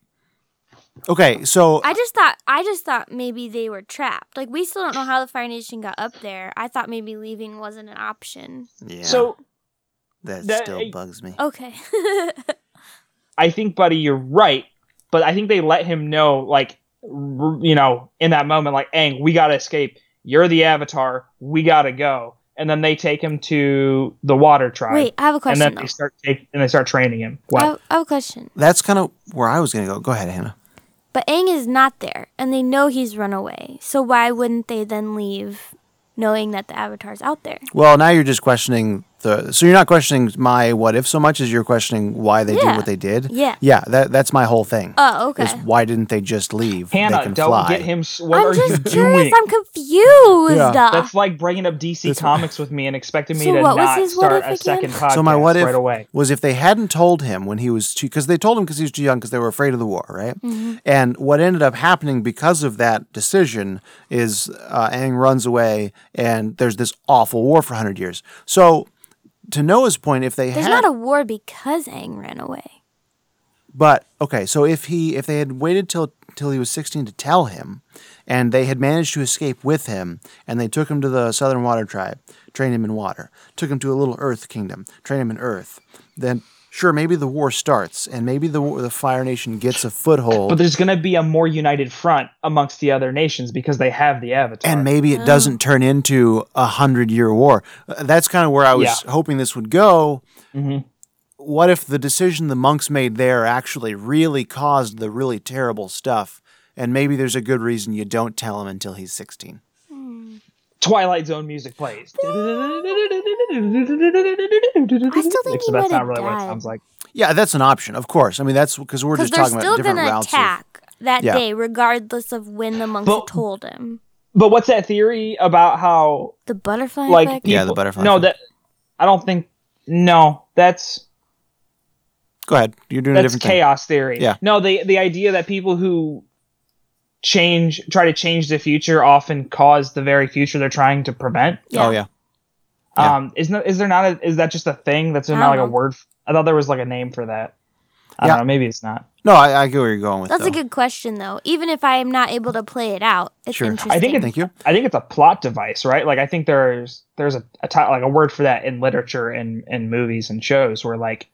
[SPEAKER 2] Okay, so
[SPEAKER 3] I just thought I just thought maybe they were trapped. Like we still don't know how the Fire Nation got up there. I thought maybe leaving wasn't an option.
[SPEAKER 2] yeah,
[SPEAKER 4] So
[SPEAKER 2] that,
[SPEAKER 4] that-
[SPEAKER 2] still bugs me.
[SPEAKER 3] Okay. [laughs]
[SPEAKER 4] I think, buddy, you're right. But I think they let him know, like, r- you know, in that moment, like, Aang, we gotta escape. You're the Avatar. We gotta go. And then they take him to the Water Tribe.
[SPEAKER 3] Wait, I have a
[SPEAKER 4] and
[SPEAKER 3] question
[SPEAKER 4] then
[SPEAKER 3] though. Oh,
[SPEAKER 4] they start take, and they start training him.
[SPEAKER 3] I
[SPEAKER 4] What?
[SPEAKER 3] have, I have a question.
[SPEAKER 2] That's kind of where I was gonna go. Go ahead, Hannah.
[SPEAKER 3] But Aang is not there and they know he's run away. So why wouldn't they then leave knowing that the avatar's out there?
[SPEAKER 2] Well, now you're just questioning the. So you're not questioning my what if so much as you're questioning why they
[SPEAKER 3] Yeah.
[SPEAKER 2] did what they did.
[SPEAKER 3] Yeah.
[SPEAKER 2] Yeah. That that's my whole thing.
[SPEAKER 3] Oh, okay.
[SPEAKER 2] Is why didn't they just leave? they
[SPEAKER 4] Hannah,
[SPEAKER 2] can
[SPEAKER 4] don't
[SPEAKER 2] fly.
[SPEAKER 4] get him. s- What
[SPEAKER 3] I'm
[SPEAKER 4] are
[SPEAKER 3] just
[SPEAKER 4] you
[SPEAKER 3] curious.
[SPEAKER 4] doing?
[SPEAKER 3] I'm confused.
[SPEAKER 2] Yeah.
[SPEAKER 3] [laughs]
[SPEAKER 4] That's like bringing up DC Comics with me and expecting me
[SPEAKER 3] So
[SPEAKER 4] to
[SPEAKER 3] what was
[SPEAKER 4] not
[SPEAKER 3] his what
[SPEAKER 4] start
[SPEAKER 3] if
[SPEAKER 4] a
[SPEAKER 3] again?
[SPEAKER 4] second podcast
[SPEAKER 2] so my what if
[SPEAKER 4] right away.
[SPEAKER 2] was if they hadn't told him when he was too because they told him because he was too young because they were afraid of the war right
[SPEAKER 3] Mm-hmm.
[SPEAKER 2] and what ended up happening because of that decision is uh, Aang runs away and there's this awful war for 100 years so to Noah's point if they
[SPEAKER 3] There's
[SPEAKER 2] had
[SPEAKER 3] not a war because Aang ran away.
[SPEAKER 2] but okay so if he if they had waited till till he was 16 to tell him and they had managed to escape with him and they took him to the southern water tribe trained him in water took him to a little earth kingdom trained him in earth then sure maybe the war starts and maybe the war- the fire nation gets a
[SPEAKER 4] But
[SPEAKER 2] foothold
[SPEAKER 4] there's going to be a more united front amongst the other nations because they have the Avatar.
[SPEAKER 2] and maybe
[SPEAKER 3] Oh.
[SPEAKER 2] it doesn't turn into a hundred year war Uh, that's kind of where i was
[SPEAKER 4] Yeah.
[SPEAKER 3] Mm-hmm.
[SPEAKER 2] hoping this would go what if the decision the monks made there actually really caused the really terrible stuff? And maybe there's a good reason you don't tell him until he's 16.
[SPEAKER 4] Twilight Zone music plays. [laughs]
[SPEAKER 3] I still think he
[SPEAKER 4] so that's
[SPEAKER 3] might
[SPEAKER 4] not
[SPEAKER 3] have
[SPEAKER 4] really what it
[SPEAKER 3] died.
[SPEAKER 4] sounds like.
[SPEAKER 2] Yeah, that's an option, of course. I mean, that's because we're
[SPEAKER 3] Because
[SPEAKER 2] just talking
[SPEAKER 3] they're
[SPEAKER 2] about
[SPEAKER 3] still
[SPEAKER 2] different
[SPEAKER 3] gonna
[SPEAKER 2] routes. of-
[SPEAKER 3] attack that
[SPEAKER 2] Yeah.
[SPEAKER 3] day, regardless of when the monks
[SPEAKER 4] But-
[SPEAKER 3] told him.
[SPEAKER 4] But what's that theory about how
[SPEAKER 3] The butterfly
[SPEAKER 4] like
[SPEAKER 3] effect.
[SPEAKER 2] Yeah,
[SPEAKER 4] people-
[SPEAKER 2] the butterfly
[SPEAKER 4] No, that
[SPEAKER 2] effect.
[SPEAKER 4] I don't think. No, that's
[SPEAKER 2] Go ahead. You're doing a
[SPEAKER 4] that's
[SPEAKER 2] different thing.
[SPEAKER 4] chaos theory.
[SPEAKER 2] Yeah.
[SPEAKER 4] No, the the idea that people who change try to change the future often cause the very future they're trying to prevent.
[SPEAKER 2] Oh, yeah. Yeah.
[SPEAKER 4] Um, is not is there not a, is that just a thing that's not
[SPEAKER 3] I
[SPEAKER 4] like
[SPEAKER 3] don't
[SPEAKER 4] a
[SPEAKER 3] know.
[SPEAKER 4] word? f- I thought there was like a name for that. I
[SPEAKER 2] Yeah.
[SPEAKER 4] don't know. Maybe it's not.
[SPEAKER 2] No, I, I get where you're going with
[SPEAKER 3] That's a
[SPEAKER 2] though.
[SPEAKER 3] good question, though. Even if I am not able to play it out, it's
[SPEAKER 2] Sure. I think
[SPEAKER 3] interesting.
[SPEAKER 4] I think it's
[SPEAKER 2] Thank you.
[SPEAKER 4] I think it's a plot device, right? Like I think there's there's a, a ti- like a word for that in literature and and movies and shows where like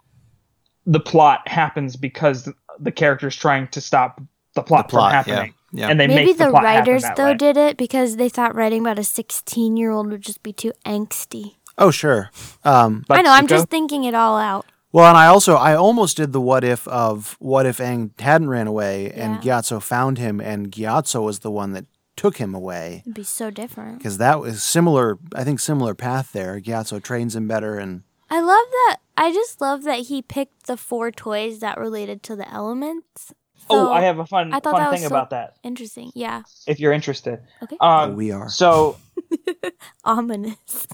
[SPEAKER 4] the plot happens because the character's trying to stop the plot,
[SPEAKER 2] Plot,
[SPEAKER 4] from
[SPEAKER 2] yeah,
[SPEAKER 4] happening,
[SPEAKER 2] yeah.
[SPEAKER 4] and they
[SPEAKER 3] Maybe
[SPEAKER 4] make the,
[SPEAKER 3] the,
[SPEAKER 4] plot happen
[SPEAKER 3] writers
[SPEAKER 4] that
[SPEAKER 3] though
[SPEAKER 4] way.
[SPEAKER 3] did it because they thought writing about a 16-year-old would just be too angsty.
[SPEAKER 2] Oh, sure. Um,
[SPEAKER 4] But
[SPEAKER 3] I know. I'm
[SPEAKER 4] Zuko-
[SPEAKER 3] just thinking it all out.
[SPEAKER 2] Well, and I also I almost did the what if of what if Aang hadn't ran away and Gyatso found him and Gyatso was the one that took him away
[SPEAKER 3] It'd be so different.
[SPEAKER 2] because that was similar. I think similar path there. Gyatso trains him better and
[SPEAKER 3] I love that. I just love that he picked the four toys that related to the elements.
[SPEAKER 4] Oh,
[SPEAKER 3] So,
[SPEAKER 4] I have a fun
[SPEAKER 3] I thought
[SPEAKER 4] fun
[SPEAKER 3] that was
[SPEAKER 4] thing
[SPEAKER 3] so-
[SPEAKER 4] about that.
[SPEAKER 3] interesting. Yeah,
[SPEAKER 4] If you're interested,
[SPEAKER 3] Okay.
[SPEAKER 4] Um,
[SPEAKER 2] Oh, we are.
[SPEAKER 4] So
[SPEAKER 3] ominous.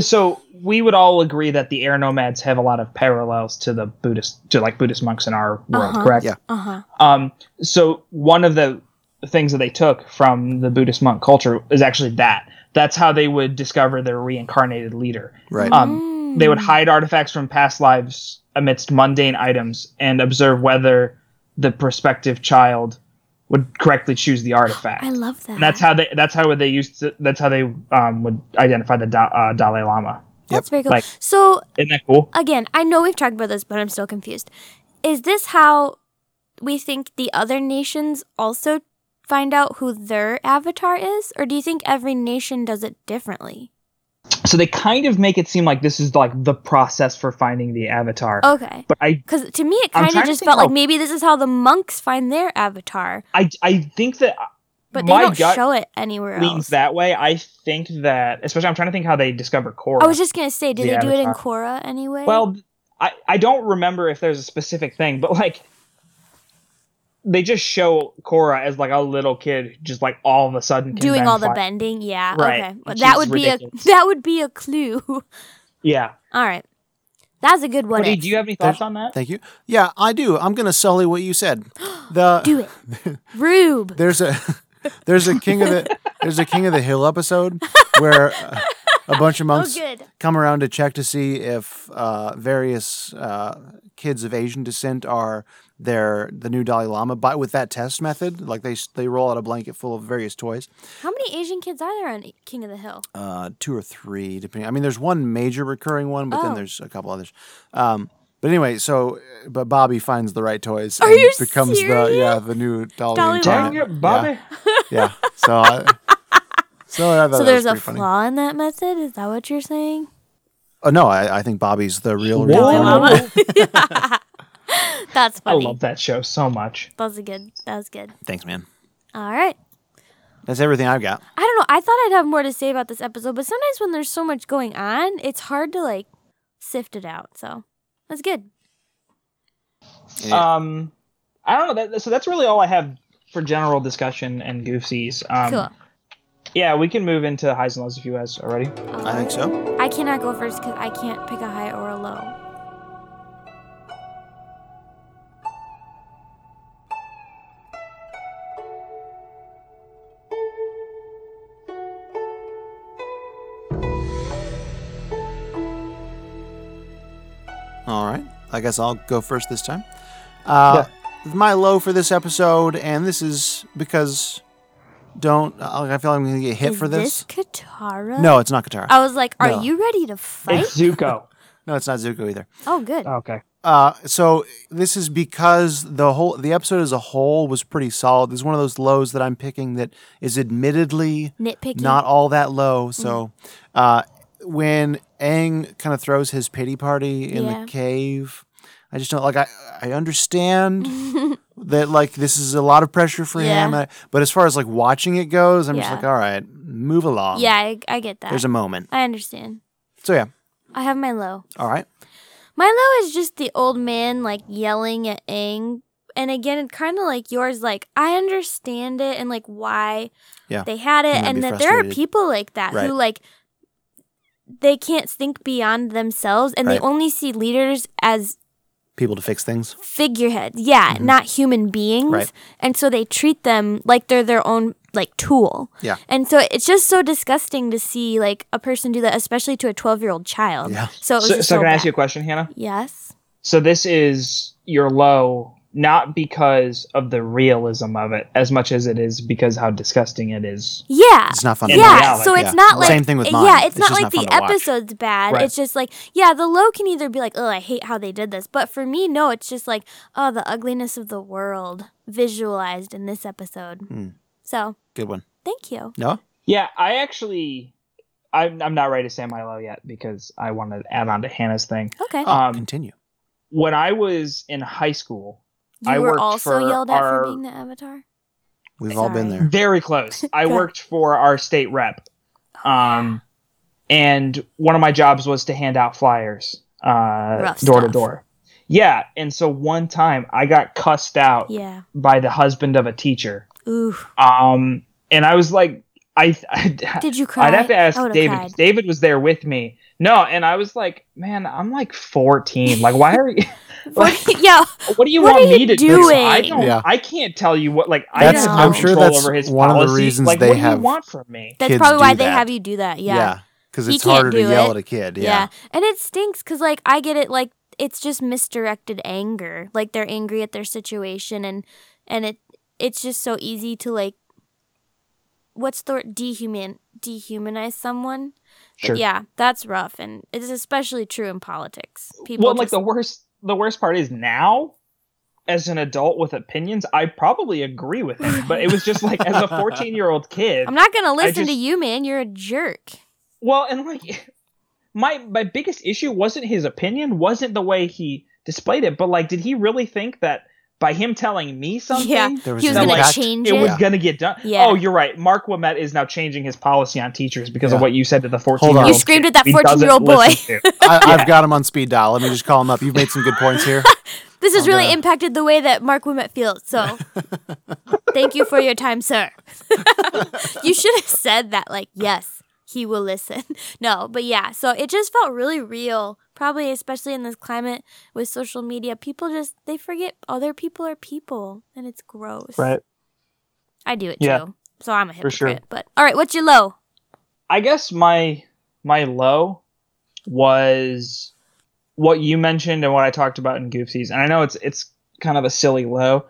[SPEAKER 4] so we would all agree that the air nomads have a lot of parallels to the Buddhist to like Buddhist monks in our world,
[SPEAKER 3] Uh-huh.
[SPEAKER 4] correct?
[SPEAKER 2] Yeah.
[SPEAKER 3] Uh huh.
[SPEAKER 4] Um, so one of the things that they took from the Buddhist monk culture is actually that. That's how they would discover their reincarnated leader.
[SPEAKER 2] right.
[SPEAKER 3] Mm.
[SPEAKER 4] Um, They would
[SPEAKER 3] Hmm.
[SPEAKER 4] hide artifacts from past lives amidst mundane items and observe whether the prospective child would correctly choose the artifact.
[SPEAKER 3] I love that.
[SPEAKER 4] And that's how they. That's how they used. To, that's how they um, would identify the da- uh, Dalai Lama.
[SPEAKER 3] That's very cool.
[SPEAKER 4] like-
[SPEAKER 3] so
[SPEAKER 4] Isn't that cool?
[SPEAKER 3] again, I know we've talked about this, but I'm still confused. Is this how we think the other nations also find out who their avatar is? Or do you think every nation does it differently?
[SPEAKER 4] So they kind of make it seem like this is like the process for finding the avatar.
[SPEAKER 3] Okay.
[SPEAKER 4] But I
[SPEAKER 3] Because to me, it
[SPEAKER 4] I'm
[SPEAKER 3] kind
[SPEAKER 4] trying
[SPEAKER 3] of
[SPEAKER 4] to
[SPEAKER 3] just
[SPEAKER 4] think
[SPEAKER 3] felt like
[SPEAKER 4] how-
[SPEAKER 3] maybe this is how the monks find their avatar,
[SPEAKER 4] I I think that
[SPEAKER 3] but they
[SPEAKER 4] my
[SPEAKER 3] don't
[SPEAKER 4] gut
[SPEAKER 3] show it anywhere
[SPEAKER 4] leans
[SPEAKER 3] else.
[SPEAKER 4] that way. I think that, especially, I'm trying to think how they discover Korra.
[SPEAKER 3] I was just going to say, do
[SPEAKER 4] The
[SPEAKER 3] they do it in
[SPEAKER 4] avatar.
[SPEAKER 3] Korra anyway?
[SPEAKER 4] well, I I don't remember if there's a specific thing, but like they just show Korra as like a little kid, just like all of a sudden can
[SPEAKER 3] doing
[SPEAKER 4] bend
[SPEAKER 3] all the
[SPEAKER 4] fire.
[SPEAKER 3] bending. Yeah.
[SPEAKER 4] Right,
[SPEAKER 3] Okay. Well,
[SPEAKER 4] which
[SPEAKER 3] that
[SPEAKER 4] is
[SPEAKER 3] would
[SPEAKER 4] ridiculous.
[SPEAKER 3] be a that would be a clue. [laughs]
[SPEAKER 4] Yeah.
[SPEAKER 3] all right. That's a good one.
[SPEAKER 4] Woody, do you have any thoughts on that?
[SPEAKER 2] Thank you. Yeah, I do. I'm gonna sully what you said. The
[SPEAKER 3] do it.
[SPEAKER 4] [laughs]
[SPEAKER 3] Rube.
[SPEAKER 2] there's a [laughs] there's a king of the there's a king of the hill episode where uh, a bunch
[SPEAKER 3] [laughs]
[SPEAKER 2] of monks
[SPEAKER 3] Oh, good.
[SPEAKER 2] come around to check to see if uh, various uh, kids of Asian descent are their the new Dalai Lama. But with that test method, like they s- they roll out a blanket full of various toys,
[SPEAKER 3] How many Asian kids are there on King of the Hill?
[SPEAKER 2] uh, two or three depending. I mean, there's one major recurring one, but then
[SPEAKER 3] Oh.
[SPEAKER 2] there's a couple others. Um, but anyway, so uh, but Bobby finds the right toys
[SPEAKER 3] Are
[SPEAKER 2] and
[SPEAKER 3] you
[SPEAKER 2] becomes the
[SPEAKER 3] serious?
[SPEAKER 2] yeah the new Dalai,
[SPEAKER 3] Dalai
[SPEAKER 2] incarnate.
[SPEAKER 4] Dang it, Bobby.
[SPEAKER 2] Yeah. Yeah. So, I, so I thought
[SPEAKER 3] So
[SPEAKER 2] that was
[SPEAKER 3] there's a
[SPEAKER 2] pretty funny.
[SPEAKER 3] flaw in that method? Is that what you're saying?
[SPEAKER 2] Oh, no, I, I think Bobby's the real.
[SPEAKER 4] Whoa.
[SPEAKER 2] real-
[SPEAKER 3] Mama. [laughs] That's
[SPEAKER 4] I
[SPEAKER 3] funny.
[SPEAKER 4] love that show so much.
[SPEAKER 3] That was a good. That was good.
[SPEAKER 2] Thanks, man.
[SPEAKER 3] All right.
[SPEAKER 2] That's everything I've got.
[SPEAKER 3] I don't know. I thought I'd have more to say about this episode, but sometimes when there's so much going on, it's hard to like sift it out. So that's good.
[SPEAKER 4] Um, I don't know. That, so that's really all I have for general discussion and goofsies. Um,
[SPEAKER 3] Cool.
[SPEAKER 4] Yeah, we can move into highs and lows if you guys are ready.
[SPEAKER 2] I think so.
[SPEAKER 3] I cannot go first because I can't pick a high or a low.
[SPEAKER 2] All right. I guess I'll go first this time. Uh, My low for this episode, and this is because don't uh, I feel like I'm going to get hit
[SPEAKER 3] Is Oh.
[SPEAKER 2] for this?
[SPEAKER 3] Katara?
[SPEAKER 2] No, it's not Katara.
[SPEAKER 3] I was like, are
[SPEAKER 2] No.
[SPEAKER 3] you ready to fight?
[SPEAKER 4] It's Zuko.
[SPEAKER 2] No, it's not Zuko either.
[SPEAKER 3] oh, good.
[SPEAKER 4] okay.
[SPEAKER 2] Uh, so this is because the whole the episode as a whole was pretty solid. This is one of those lows that I'm picking that is admittedly
[SPEAKER 3] Nitpicky.
[SPEAKER 2] not all that low.
[SPEAKER 3] Mm.
[SPEAKER 2] So uh, when Aang kind of throws his pity party in
[SPEAKER 3] Yeah.
[SPEAKER 2] the cave, I just don't like. I I
[SPEAKER 3] [laughs]
[SPEAKER 2] understand that like this is a lot of pressure for
[SPEAKER 3] Yeah.
[SPEAKER 2] him, I, but as far as like watching it goes, I'm just
[SPEAKER 3] Yeah.
[SPEAKER 2] like, all right, move along.
[SPEAKER 3] yeah, I, I get that.
[SPEAKER 2] There's a moment.
[SPEAKER 3] I understand.
[SPEAKER 2] So yeah.
[SPEAKER 3] I have my low.
[SPEAKER 2] All right.
[SPEAKER 3] My low is just the old man like yelling at Aang. And again, it's kind of like yours, like, I understand it and like why
[SPEAKER 2] Yeah.
[SPEAKER 3] they had it.
[SPEAKER 2] And then be
[SPEAKER 3] And that there are
[SPEAKER 2] frustrated.
[SPEAKER 3] people like that
[SPEAKER 2] Right.
[SPEAKER 3] who like they can't think beyond themselves and
[SPEAKER 2] Right.
[SPEAKER 3] they only see leaders as
[SPEAKER 2] People to fix things.
[SPEAKER 3] figureheads. Yeah, not human beings.
[SPEAKER 2] Mm-hmm. Right.
[SPEAKER 3] And so they treat them like they're their own like tool.
[SPEAKER 2] Yeah.
[SPEAKER 3] And so it's just so disgusting to see like a person do that, especially to a 12 year old child.
[SPEAKER 2] Yeah.
[SPEAKER 3] So it was
[SPEAKER 4] So,
[SPEAKER 3] just
[SPEAKER 4] so
[SPEAKER 3] so
[SPEAKER 4] can I ask
[SPEAKER 3] bad.
[SPEAKER 4] you a question, Hannah?
[SPEAKER 3] Yes.
[SPEAKER 4] So this is your low, not because of the realism of it, as much as it is because how disgusting it is.
[SPEAKER 3] Yeah.
[SPEAKER 2] It's not fun. to
[SPEAKER 4] In
[SPEAKER 2] watch.
[SPEAKER 3] Yeah,
[SPEAKER 4] reality,
[SPEAKER 3] so
[SPEAKER 2] yeah.
[SPEAKER 3] it's not like
[SPEAKER 2] Same thing with mine.
[SPEAKER 3] Yeah, it's,
[SPEAKER 2] It's
[SPEAKER 3] not
[SPEAKER 2] just
[SPEAKER 3] like
[SPEAKER 2] not fun
[SPEAKER 3] the
[SPEAKER 2] to watch.
[SPEAKER 3] episode's bad.
[SPEAKER 4] Right.
[SPEAKER 3] It's just like yeah, the low can either be like, oh, I hate how they did this, but for me, no, it's just like oh, the ugliness of the world visualized in this episode.
[SPEAKER 2] Hmm.
[SPEAKER 3] So
[SPEAKER 2] Good one.
[SPEAKER 3] thank you.
[SPEAKER 2] No.
[SPEAKER 4] Yeah, I actually, I'm, I'm not ready to say my low yet because I want to add on to Hannah's thing.
[SPEAKER 3] Okay,
[SPEAKER 2] Oh,
[SPEAKER 4] Um,
[SPEAKER 2] continue.
[SPEAKER 4] When I was in high school,
[SPEAKER 3] you
[SPEAKER 4] I
[SPEAKER 3] were
[SPEAKER 4] worked
[SPEAKER 3] also
[SPEAKER 4] for
[SPEAKER 3] yelled at
[SPEAKER 4] our-
[SPEAKER 3] for being the avatar.
[SPEAKER 2] We've all been
[SPEAKER 3] sorry.
[SPEAKER 2] there.
[SPEAKER 3] [laughs]
[SPEAKER 4] Very close. I
[SPEAKER 3] Good.
[SPEAKER 4] worked for our state rep. Um, and one of my jobs was to hand out flyers uh,
[SPEAKER 3] Rough
[SPEAKER 4] door to
[SPEAKER 3] stuff.
[SPEAKER 4] door. Yeah. And so one time I got cussed out
[SPEAKER 3] Yeah.
[SPEAKER 4] by the husband of a teacher.
[SPEAKER 3] Ooh.
[SPEAKER 4] Um, and I was like, I, [laughs] I
[SPEAKER 3] Did you cry?
[SPEAKER 4] I'd have to ask
[SPEAKER 3] I would've
[SPEAKER 4] David.
[SPEAKER 3] cried. [laughs]
[SPEAKER 4] David was there with me. No, and I was like, man, I'm like 14. Like, why are you? [laughs]
[SPEAKER 3] What-
[SPEAKER 2] [laughs]
[SPEAKER 3] yeah.
[SPEAKER 4] What do you
[SPEAKER 3] What
[SPEAKER 4] want
[SPEAKER 3] are you
[SPEAKER 4] me to do?
[SPEAKER 3] doing?
[SPEAKER 4] I don't.
[SPEAKER 2] Yeah.
[SPEAKER 4] I can't tell you what. Like, I
[SPEAKER 3] That's-
[SPEAKER 4] have no
[SPEAKER 3] I'm
[SPEAKER 2] sure
[SPEAKER 4] control
[SPEAKER 2] that's
[SPEAKER 4] over his
[SPEAKER 2] one of the
[SPEAKER 4] policy.
[SPEAKER 2] reasons
[SPEAKER 4] like,
[SPEAKER 2] they
[SPEAKER 4] what do
[SPEAKER 2] have-
[SPEAKER 4] you want from me?
[SPEAKER 3] That's
[SPEAKER 2] Kids
[SPEAKER 3] probably
[SPEAKER 2] do
[SPEAKER 3] why they
[SPEAKER 2] that.
[SPEAKER 3] have you do that. Yeah.
[SPEAKER 2] Because
[SPEAKER 3] He
[SPEAKER 2] it's
[SPEAKER 3] can't
[SPEAKER 2] harder to
[SPEAKER 3] do
[SPEAKER 2] yell
[SPEAKER 3] it.
[SPEAKER 2] at a kid.
[SPEAKER 3] Yeah.
[SPEAKER 2] Yeah.
[SPEAKER 3] And it stinks because like I get it. Like it's just misdirected anger. Like they're angry at their situation and and it it's just so easy to like what's the word? dehuman dehumanize someone. But
[SPEAKER 4] Sure.
[SPEAKER 3] Yeah, that's rough, and it's especially true in politics. People
[SPEAKER 4] Well, like
[SPEAKER 3] just-
[SPEAKER 4] the worst. The worst part is now. As an adult with opinions, I probably agree with him, but it was just like
[SPEAKER 3] [laughs]
[SPEAKER 4] as a 14 year old kid.
[SPEAKER 3] I'm not gonna listen to
[SPEAKER 4] just-
[SPEAKER 3] you, man. You're a jerk.
[SPEAKER 4] Well, and like [laughs] my my biggest issue wasn't his opinion, wasn't the way he displayed it, but like did he really think that by him telling me something
[SPEAKER 3] Yeah,
[SPEAKER 2] There was
[SPEAKER 3] he was
[SPEAKER 2] no
[SPEAKER 3] gonna
[SPEAKER 2] impact.
[SPEAKER 3] change
[SPEAKER 4] it
[SPEAKER 3] it.
[SPEAKER 4] was gonna get done?
[SPEAKER 3] Yeah.
[SPEAKER 4] Oh, you're right. Mark Wimette is now changing his policy on teachers because
[SPEAKER 2] Yeah.
[SPEAKER 4] of what you said to the 14
[SPEAKER 2] on.
[SPEAKER 4] year old.
[SPEAKER 2] You
[SPEAKER 3] screamed at that
[SPEAKER 2] [laughs]
[SPEAKER 3] 14-year-old
[SPEAKER 4] boy.
[SPEAKER 2] I, I've got him on speed dial. Let me just call him up. You've made some good points here.
[SPEAKER 3] This has
[SPEAKER 2] I'm
[SPEAKER 3] really
[SPEAKER 2] gonna-
[SPEAKER 3] impacted the way that Mark Wimet feels.
[SPEAKER 4] [laughs]
[SPEAKER 3] So, thank you for your time, sir. [laughs] you should have said that, like, yes, he will listen. [laughs] No, but yeah, so it just felt really real. Probably, especially in this climate with social media, people just they forget other people are people, and it's gross.
[SPEAKER 4] right.
[SPEAKER 3] I do it
[SPEAKER 4] Yeah.
[SPEAKER 3] too, so I'm a
[SPEAKER 4] For
[SPEAKER 3] hypocrite.
[SPEAKER 4] sure.
[SPEAKER 3] But all right, what's your low?
[SPEAKER 4] I guess my my low was what you mentioned and what I talked about in Goofsies, and I know it's it's kind of a silly low.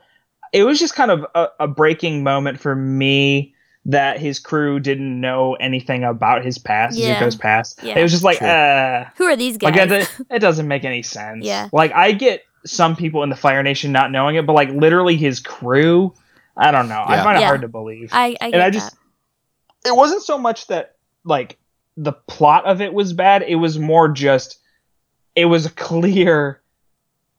[SPEAKER 4] It was just kind of a, a breaking moment for me that his crew didn't know anything about his past as
[SPEAKER 3] Yeah.
[SPEAKER 4] it goes past.
[SPEAKER 3] Yeah.
[SPEAKER 4] It was just like,
[SPEAKER 2] True.
[SPEAKER 4] uh,
[SPEAKER 3] Who are these guys?
[SPEAKER 4] like that, that- it doesn't make any sense.
[SPEAKER 3] Yeah.
[SPEAKER 4] Like I get some people in the Fire Nation not knowing it, but like literally his crew, I don't know. I
[SPEAKER 2] Yeah.
[SPEAKER 4] find it
[SPEAKER 3] Yeah.
[SPEAKER 4] hard to believe
[SPEAKER 3] I, I get
[SPEAKER 4] and I just
[SPEAKER 3] that.
[SPEAKER 4] it wasn't so much that like the plot of it was bad, it was more just it was a clear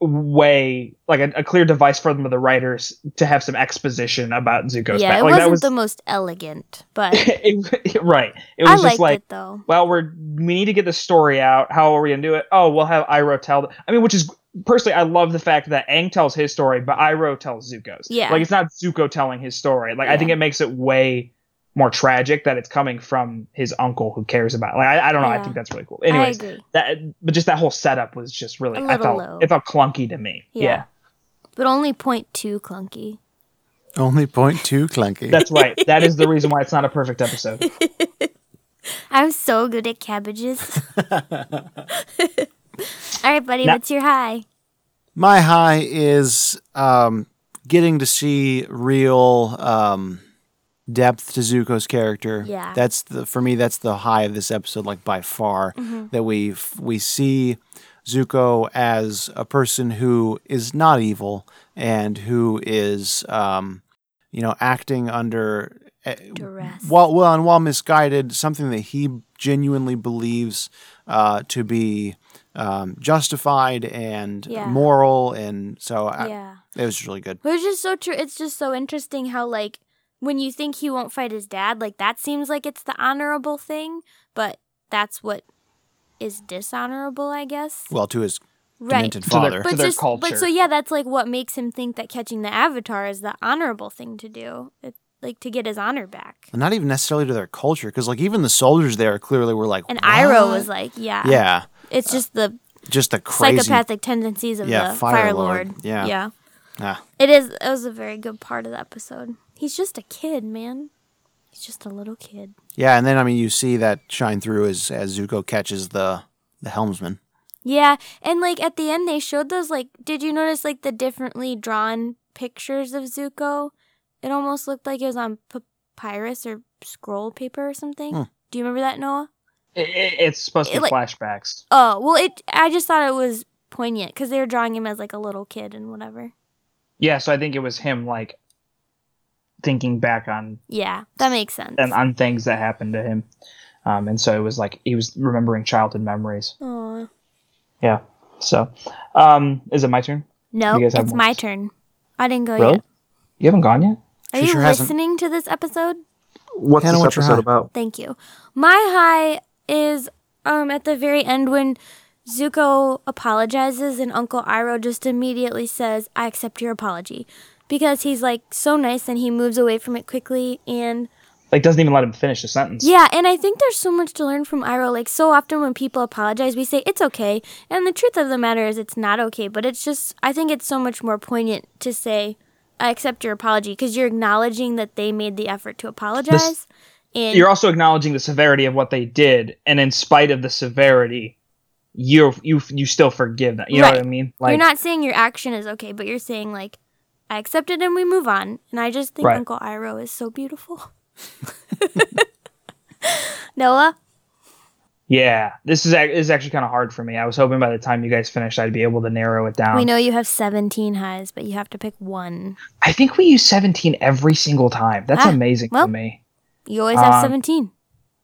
[SPEAKER 4] way like a, a clear device for them the writers to have some exposition about Zuko's
[SPEAKER 3] Yeah,
[SPEAKER 4] back.
[SPEAKER 3] it
[SPEAKER 4] Like
[SPEAKER 3] wasn't
[SPEAKER 4] that was
[SPEAKER 3] the most elegant, but
[SPEAKER 4] [laughs] it, right. It was
[SPEAKER 3] I
[SPEAKER 4] just
[SPEAKER 3] liked
[SPEAKER 4] like
[SPEAKER 3] it though.
[SPEAKER 4] well, we're we need to get the story out. How are we gonna do it? Oh, we'll have Iroh tell. The, I mean, which is personally, I love the fact that Aang tells his story, but Iroh tells Zuko's.
[SPEAKER 3] Yeah.
[SPEAKER 4] like it's not Zuko telling his story. Like I
[SPEAKER 3] Yeah.
[SPEAKER 4] think it makes it way more tragic that it's coming from his uncle who cares about. Like I, I don't know. I
[SPEAKER 3] Yeah.
[SPEAKER 4] think that's really cool.
[SPEAKER 3] I
[SPEAKER 4] Anyways,
[SPEAKER 3] agree.
[SPEAKER 4] that but just that whole setup was just really.
[SPEAKER 3] A
[SPEAKER 4] I
[SPEAKER 3] little
[SPEAKER 4] felt
[SPEAKER 3] low.
[SPEAKER 4] it felt clunky to me.
[SPEAKER 3] Yeah. But only point two clunky.
[SPEAKER 2] Only point two clunky.
[SPEAKER 3] [laughs]
[SPEAKER 4] that's right. That is the reason why it's not a perfect episode.
[SPEAKER 3] I'm so good at
[SPEAKER 4] [laughs]
[SPEAKER 3] cabbages. [laughs] All right, buddy,
[SPEAKER 4] Now-
[SPEAKER 3] what's your high?
[SPEAKER 2] My high is um, getting to see real um, depth to Zuko's character.
[SPEAKER 3] Yeah.
[SPEAKER 2] that's the for me. That's the high of this episode, like by far, that we f- we see Zuko as a person who is not evil and who is, um, you know, acting under eh,
[SPEAKER 3] Duress.
[SPEAKER 2] while well and while misguided, something that he genuinely believes uh, to be um, justified and
[SPEAKER 3] Yeah.
[SPEAKER 2] moral, and so
[SPEAKER 4] Uh,
[SPEAKER 2] I,
[SPEAKER 3] yeah.
[SPEAKER 2] it was really good.
[SPEAKER 3] But it's just so true. It's just so interesting how like when you think he won't fight his dad, like that seems like it's the honorable thing, but that's what is dishonorable, I guess.
[SPEAKER 2] Well, to his
[SPEAKER 3] Right.
[SPEAKER 2] demented
[SPEAKER 4] their-
[SPEAKER 2] father,
[SPEAKER 4] to
[SPEAKER 3] But
[SPEAKER 4] their
[SPEAKER 3] just
[SPEAKER 4] culture.
[SPEAKER 3] but so yeah, that's like what makes him think that catching the avatar is the honorable thing to do. It, like to get his honor back.
[SPEAKER 2] And not even necessarily to their culture, because like even the soldiers there clearly were like,
[SPEAKER 3] And Iroh
[SPEAKER 2] "What?"
[SPEAKER 3] was like, yeah.
[SPEAKER 2] yeah,
[SPEAKER 3] It's just the
[SPEAKER 2] just the crazy.
[SPEAKER 3] psychopathic tendencies of
[SPEAKER 2] Yeah,
[SPEAKER 3] the
[SPEAKER 2] Fire
[SPEAKER 3] Fire,
[SPEAKER 2] Lord.
[SPEAKER 3] Lord.
[SPEAKER 2] Yeah.
[SPEAKER 3] Yeah.
[SPEAKER 2] Ah,
[SPEAKER 3] It is. It was a very good part of the episode. He's just a kid, man. He's just a little kid.
[SPEAKER 2] yeah, and then I mean you see that shine through as as Zuko catches the the helmsman.
[SPEAKER 3] Yeah, and like at the end, they showed those. Like, did you notice like the differently drawn pictures of Zuko? It almost looked like it was on papyrus or scroll paper or something.
[SPEAKER 2] Hmm.
[SPEAKER 3] Do you remember that, Noah?
[SPEAKER 4] It, it, it's supposed to
[SPEAKER 3] It,
[SPEAKER 4] be
[SPEAKER 3] like-
[SPEAKER 4] flashbacks.
[SPEAKER 3] Oh well, it. I just thought it was poignant because they were drawing him as like a little kid and whatever.
[SPEAKER 4] Yeah, so I think it was him like thinking back on
[SPEAKER 3] Yeah, that makes sense.
[SPEAKER 4] and on things that happened to him, um, and so it was like he was remembering childhood memories.
[SPEAKER 3] Aw.
[SPEAKER 4] Yeah. So, um, is it my turn?
[SPEAKER 3] No,
[SPEAKER 4] You guys
[SPEAKER 3] it's
[SPEAKER 4] have more.
[SPEAKER 3] my turn. I didn't go
[SPEAKER 4] Really?
[SPEAKER 3] yet.
[SPEAKER 4] You haven't gone yet.
[SPEAKER 3] Are
[SPEAKER 2] She
[SPEAKER 3] you
[SPEAKER 2] sure hasn't.
[SPEAKER 3] listening to this episode?
[SPEAKER 5] What's
[SPEAKER 2] Hannah,
[SPEAKER 5] this
[SPEAKER 2] what's your high?
[SPEAKER 5] episode about?
[SPEAKER 3] Thank you. My high is um at the very end when Zuko apologizes and Uncle Iroh just immediately says, "I accept your apology." Because he's like so nice and he moves away from it quickly and
[SPEAKER 4] Like, doesn't even let him finish the sentence.
[SPEAKER 3] yeah, and I think there's so much to learn from Iroh. Like so often when people apologize, we say it's okay, and the truth of the matter is it's not okay, but it's just I think it's so much more poignant to say I accept your apology because you're acknowledging that they made the effort to apologize. and
[SPEAKER 4] You're also acknowledging the severity of what they did, and in spite of the severity, you you you still forgive them. You know what
[SPEAKER 3] Right.
[SPEAKER 4] I mean?
[SPEAKER 3] you're not saying your action is okay, but you're saying like, I accept it and we move on. And I just think
[SPEAKER 4] Right.
[SPEAKER 3] Uncle Iroh is so
[SPEAKER 4] [laughs]
[SPEAKER 3] beautiful. Noah,
[SPEAKER 4] Yeah, this is ac- this is actually kind of hard for me. I was hoping by the time you guys finished, I'd be able to narrow it down.
[SPEAKER 3] we know you have 17 highs, but you have to pick one.
[SPEAKER 4] I think we use 17 every single time. That's
[SPEAKER 3] Ah,
[SPEAKER 4] amazing
[SPEAKER 3] well.
[SPEAKER 4] to me.
[SPEAKER 3] You always have
[SPEAKER 4] Um,
[SPEAKER 3] 17.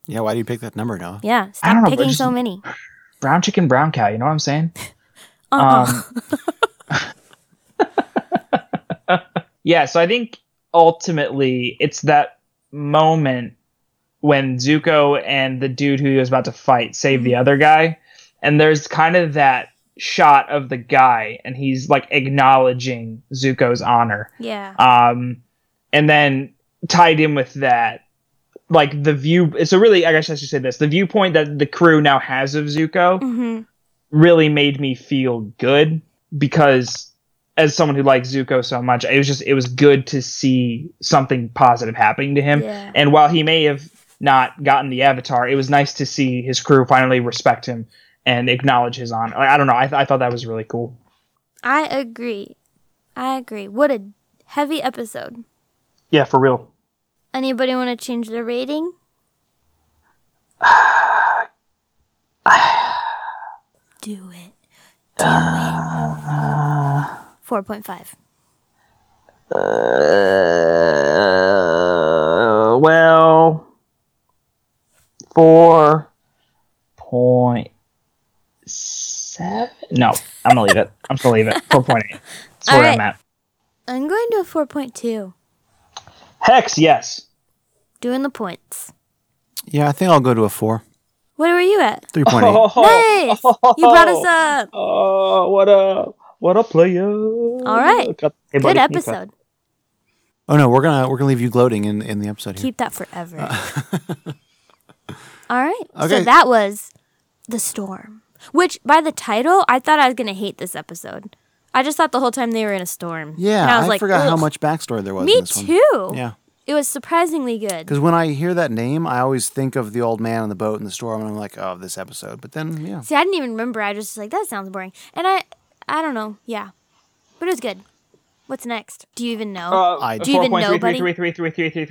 [SPEAKER 2] Yeah, why do you pick that number, Noah?
[SPEAKER 3] Yeah,
[SPEAKER 4] I don't
[SPEAKER 3] stop
[SPEAKER 4] know, but
[SPEAKER 3] picking
[SPEAKER 4] just-
[SPEAKER 3] so many.
[SPEAKER 4] Brown chicken, brown cow. You know what I'm saying? um,
[SPEAKER 3] Uh-uh.
[SPEAKER 4] [laughs] Yeah. So I think ultimately it's that moment when Zuko and the dude who he was about to fight save the other guy, and there's kind of that shot of the guy, and he's like acknowledging Zuko's honor.
[SPEAKER 3] yeah.
[SPEAKER 4] um, and then tied in with that like the view so really i guess i should say this the viewpoint that the crew now has of zuko
[SPEAKER 3] hmm
[SPEAKER 4] really made me feel good because as someone who likes zuko so much it was just it was good to see something positive happening to him
[SPEAKER 3] Yeah.
[SPEAKER 4] and while he may have not gotten the avatar it was nice to see his crew finally respect him and acknowledge his honor Like, i don't know I, th- I thought that was really cool
[SPEAKER 3] I agree. I agree. What a heavy episode.
[SPEAKER 4] yeah for real
[SPEAKER 3] Anybody want to change their
[SPEAKER 4] [sighs]
[SPEAKER 3] rating?
[SPEAKER 4] Uh,
[SPEAKER 3] Do it. Do it. 4.5.
[SPEAKER 4] Uh, well, four point seven. No, I'm gonna leave it. I'm gonna leave [laughs] it. Four point eight. That's where
[SPEAKER 3] All
[SPEAKER 4] I'm
[SPEAKER 3] right.
[SPEAKER 4] at.
[SPEAKER 3] I'm going to a 4.2.
[SPEAKER 4] Hex, yes.
[SPEAKER 3] Doing the points.
[SPEAKER 2] Yeah, I think I'll go to a four,
[SPEAKER 3] What were you at?
[SPEAKER 2] three point
[SPEAKER 4] [laughs]
[SPEAKER 2] eight.
[SPEAKER 3] Nice! You brought us up.
[SPEAKER 4] Oh, what a what a player! All
[SPEAKER 3] right. Good episode.
[SPEAKER 2] Oh no, we're gonna we're gonna leave you gloating in in the episode here.
[SPEAKER 3] Keep
[SPEAKER 2] [laughs]
[SPEAKER 3] that forever. All right.
[SPEAKER 2] Okay.
[SPEAKER 3] So that was The Storm, which by the title, I thought I was going to hate this episode. I just thought the whole time they were in a storm.
[SPEAKER 2] yeah,
[SPEAKER 3] And
[SPEAKER 2] I,
[SPEAKER 3] was like,
[SPEAKER 2] forgot how
[SPEAKER 3] "Ugh."
[SPEAKER 2] much backstory there was. in
[SPEAKER 3] Me
[SPEAKER 2] this
[SPEAKER 3] too.
[SPEAKER 2] One. Yeah,
[SPEAKER 3] It was surprisingly good.
[SPEAKER 2] because when I hear that name, I always think of the old man on the boat in the storm, and I'm like, oh, this episode. But then, yeah,
[SPEAKER 3] See, I didn't even remember. I was just like, that sounds boring. And I, I don't know. Yeah, but it was good. What's next? Do you even know?
[SPEAKER 4] Uh,
[SPEAKER 2] I
[SPEAKER 3] Do you even know, buddy?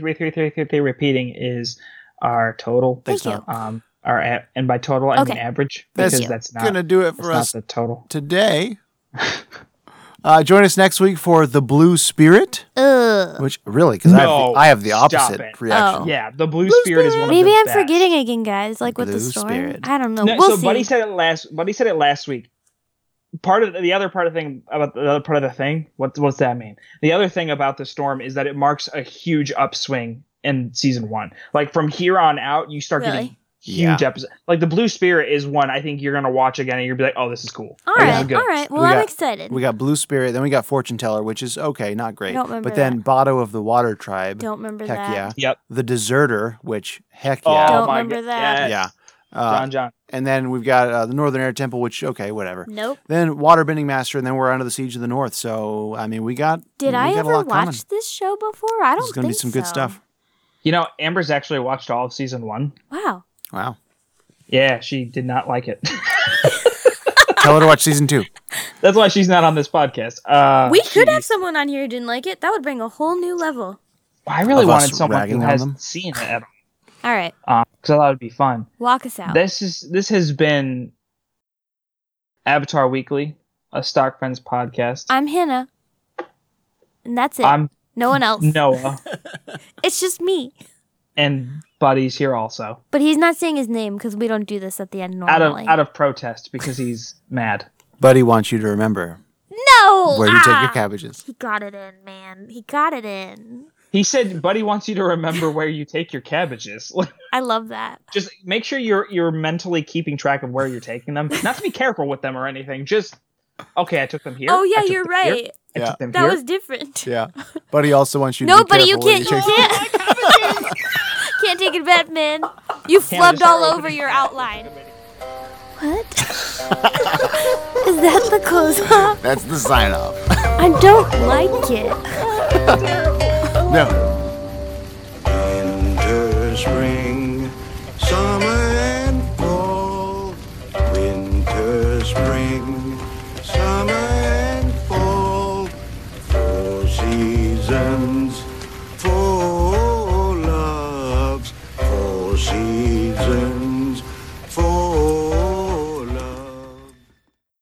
[SPEAKER 4] Repeating is our total.
[SPEAKER 3] Thank you.
[SPEAKER 4] Um, our a- and by total I mean
[SPEAKER 3] Okay.
[SPEAKER 4] average
[SPEAKER 3] Thank
[SPEAKER 4] because
[SPEAKER 3] you.
[SPEAKER 4] that's not
[SPEAKER 2] gonna do it
[SPEAKER 4] that's [laughs]
[SPEAKER 2] for
[SPEAKER 4] not
[SPEAKER 2] us
[SPEAKER 4] the total.
[SPEAKER 2] today. Uh, join us next week for The Blue Spirit,
[SPEAKER 4] Uh,
[SPEAKER 3] Ugh.
[SPEAKER 2] which really, because
[SPEAKER 4] No,
[SPEAKER 2] I, have the
[SPEAKER 4] stop
[SPEAKER 2] opposite
[SPEAKER 4] it.
[SPEAKER 2] reaction.
[SPEAKER 3] Oh.
[SPEAKER 4] Yeah, the blue, spirit, is one of
[SPEAKER 3] Maybe
[SPEAKER 4] the
[SPEAKER 3] I'm
[SPEAKER 4] best.
[SPEAKER 3] forgetting again, guys. Like with the
[SPEAKER 2] Blue
[SPEAKER 3] storm.
[SPEAKER 2] Spirit.
[SPEAKER 3] I don't know.
[SPEAKER 4] No,
[SPEAKER 3] we'll
[SPEAKER 4] so
[SPEAKER 3] see.
[SPEAKER 4] Buddy said it last. Buddy said it last week. Part of the other part of the thing about the other part of the thing. What what's that mean? The other thing about the storm is that it marks a huge upswing in season one. Like from here on out, you start getting
[SPEAKER 3] Really?
[SPEAKER 4] huge
[SPEAKER 2] Yeah.
[SPEAKER 4] episodes. Like the Blue Spirit is one I think you're gonna watch again and you'll be like, oh, this is cool.
[SPEAKER 3] all
[SPEAKER 4] Like, this is
[SPEAKER 3] right,
[SPEAKER 4] good.
[SPEAKER 3] all right. Well,
[SPEAKER 2] We
[SPEAKER 3] I'm
[SPEAKER 2] got-
[SPEAKER 3] excited.
[SPEAKER 2] We got Blue Spirit, then we got Fortune Teller, which is okay, not great.
[SPEAKER 3] Don't remember
[SPEAKER 2] But then Botto of the Water Tribe,
[SPEAKER 3] Don't remember
[SPEAKER 2] heck
[SPEAKER 3] that.
[SPEAKER 2] yeah.
[SPEAKER 4] Yep.
[SPEAKER 2] The Deserter, which heck
[SPEAKER 4] Oh
[SPEAKER 2] yeah.
[SPEAKER 3] Don't
[SPEAKER 4] my
[SPEAKER 3] remember
[SPEAKER 4] god.
[SPEAKER 3] that.
[SPEAKER 4] yes.
[SPEAKER 2] Yeah. Uh,
[SPEAKER 4] John John.
[SPEAKER 2] and then we've got uh, the Northern Air Temple, which okay, whatever.
[SPEAKER 3] Nope.
[SPEAKER 2] Then Waterbending Master, and then we're under the Siege of the North. So I mean, we got
[SPEAKER 3] Did
[SPEAKER 2] we
[SPEAKER 3] I
[SPEAKER 2] got a
[SPEAKER 3] ever
[SPEAKER 2] lot
[SPEAKER 3] watch
[SPEAKER 2] coming.
[SPEAKER 3] this show before? I don't
[SPEAKER 2] There's gonna be
[SPEAKER 3] think
[SPEAKER 2] some good
[SPEAKER 3] so.
[SPEAKER 2] stuff.
[SPEAKER 4] You know, Amber's actually watched all of season one.
[SPEAKER 3] Wow.
[SPEAKER 2] Wow.
[SPEAKER 4] Yeah, she did not like it. [laughs]
[SPEAKER 2] Tell her to watch season two.
[SPEAKER 4] That's why she's not on this podcast. Uh,
[SPEAKER 3] we should
[SPEAKER 4] she-
[SPEAKER 3] have someone on here who didn't like it. That would bring a whole new level.
[SPEAKER 4] I really
[SPEAKER 2] Of us
[SPEAKER 4] wanted someone
[SPEAKER 2] ragging
[SPEAKER 4] who
[SPEAKER 2] on
[SPEAKER 4] has
[SPEAKER 2] them.
[SPEAKER 4] seen it at
[SPEAKER 3] All right.
[SPEAKER 4] all because I thought it'd be fun.
[SPEAKER 3] Walk us out.
[SPEAKER 4] This is this has been Avatar Weekly, a Stock Friends podcast. [laughs]
[SPEAKER 3] I'm Hannah. And that's it.
[SPEAKER 4] I'm
[SPEAKER 3] no one [laughs] else.
[SPEAKER 4] Noah,
[SPEAKER 3] It's just me.
[SPEAKER 4] and Buddy's here also
[SPEAKER 3] But he's not saying his name because we don't do this at the end normally.
[SPEAKER 4] out of out of protest because he's mad.
[SPEAKER 2] Buddy wants you to remember
[SPEAKER 3] no!
[SPEAKER 2] where you take your
[SPEAKER 3] Ah!
[SPEAKER 2] cabbages.
[SPEAKER 3] He got it in, man. He got it in.
[SPEAKER 4] He said, "Buddy wants you to remember where you take your cabbages. [laughs] Like,
[SPEAKER 3] I love that.
[SPEAKER 4] just make sure you're you're mentally keeping track of where you're taking them. Not to be careful with them or anything. Just okay, I took them here.
[SPEAKER 3] oh,
[SPEAKER 4] I
[SPEAKER 3] yeah,
[SPEAKER 4] took
[SPEAKER 3] you're
[SPEAKER 4] them here,
[SPEAKER 3] right.
[SPEAKER 4] I
[SPEAKER 2] Yeah.
[SPEAKER 4] took them
[SPEAKER 3] That
[SPEAKER 4] here.
[SPEAKER 3] was different.
[SPEAKER 2] Yeah. Buddy also wants you to be
[SPEAKER 3] Nobody, you
[SPEAKER 2] careful where
[SPEAKER 3] can't, you
[SPEAKER 2] take-
[SPEAKER 3] can't, [laughs] can't take it back, man. You
[SPEAKER 4] Hannah,
[SPEAKER 3] flubbed
[SPEAKER 4] just start
[SPEAKER 3] all over
[SPEAKER 4] opening
[SPEAKER 3] your outline. What? [laughs] Is that the close up?
[SPEAKER 2] That's the sign off.
[SPEAKER 3] I don't like it.
[SPEAKER 2] No.
[SPEAKER 1] Winter, spring, summer, and fall. Winter, spring, summer, and fall. Four seasons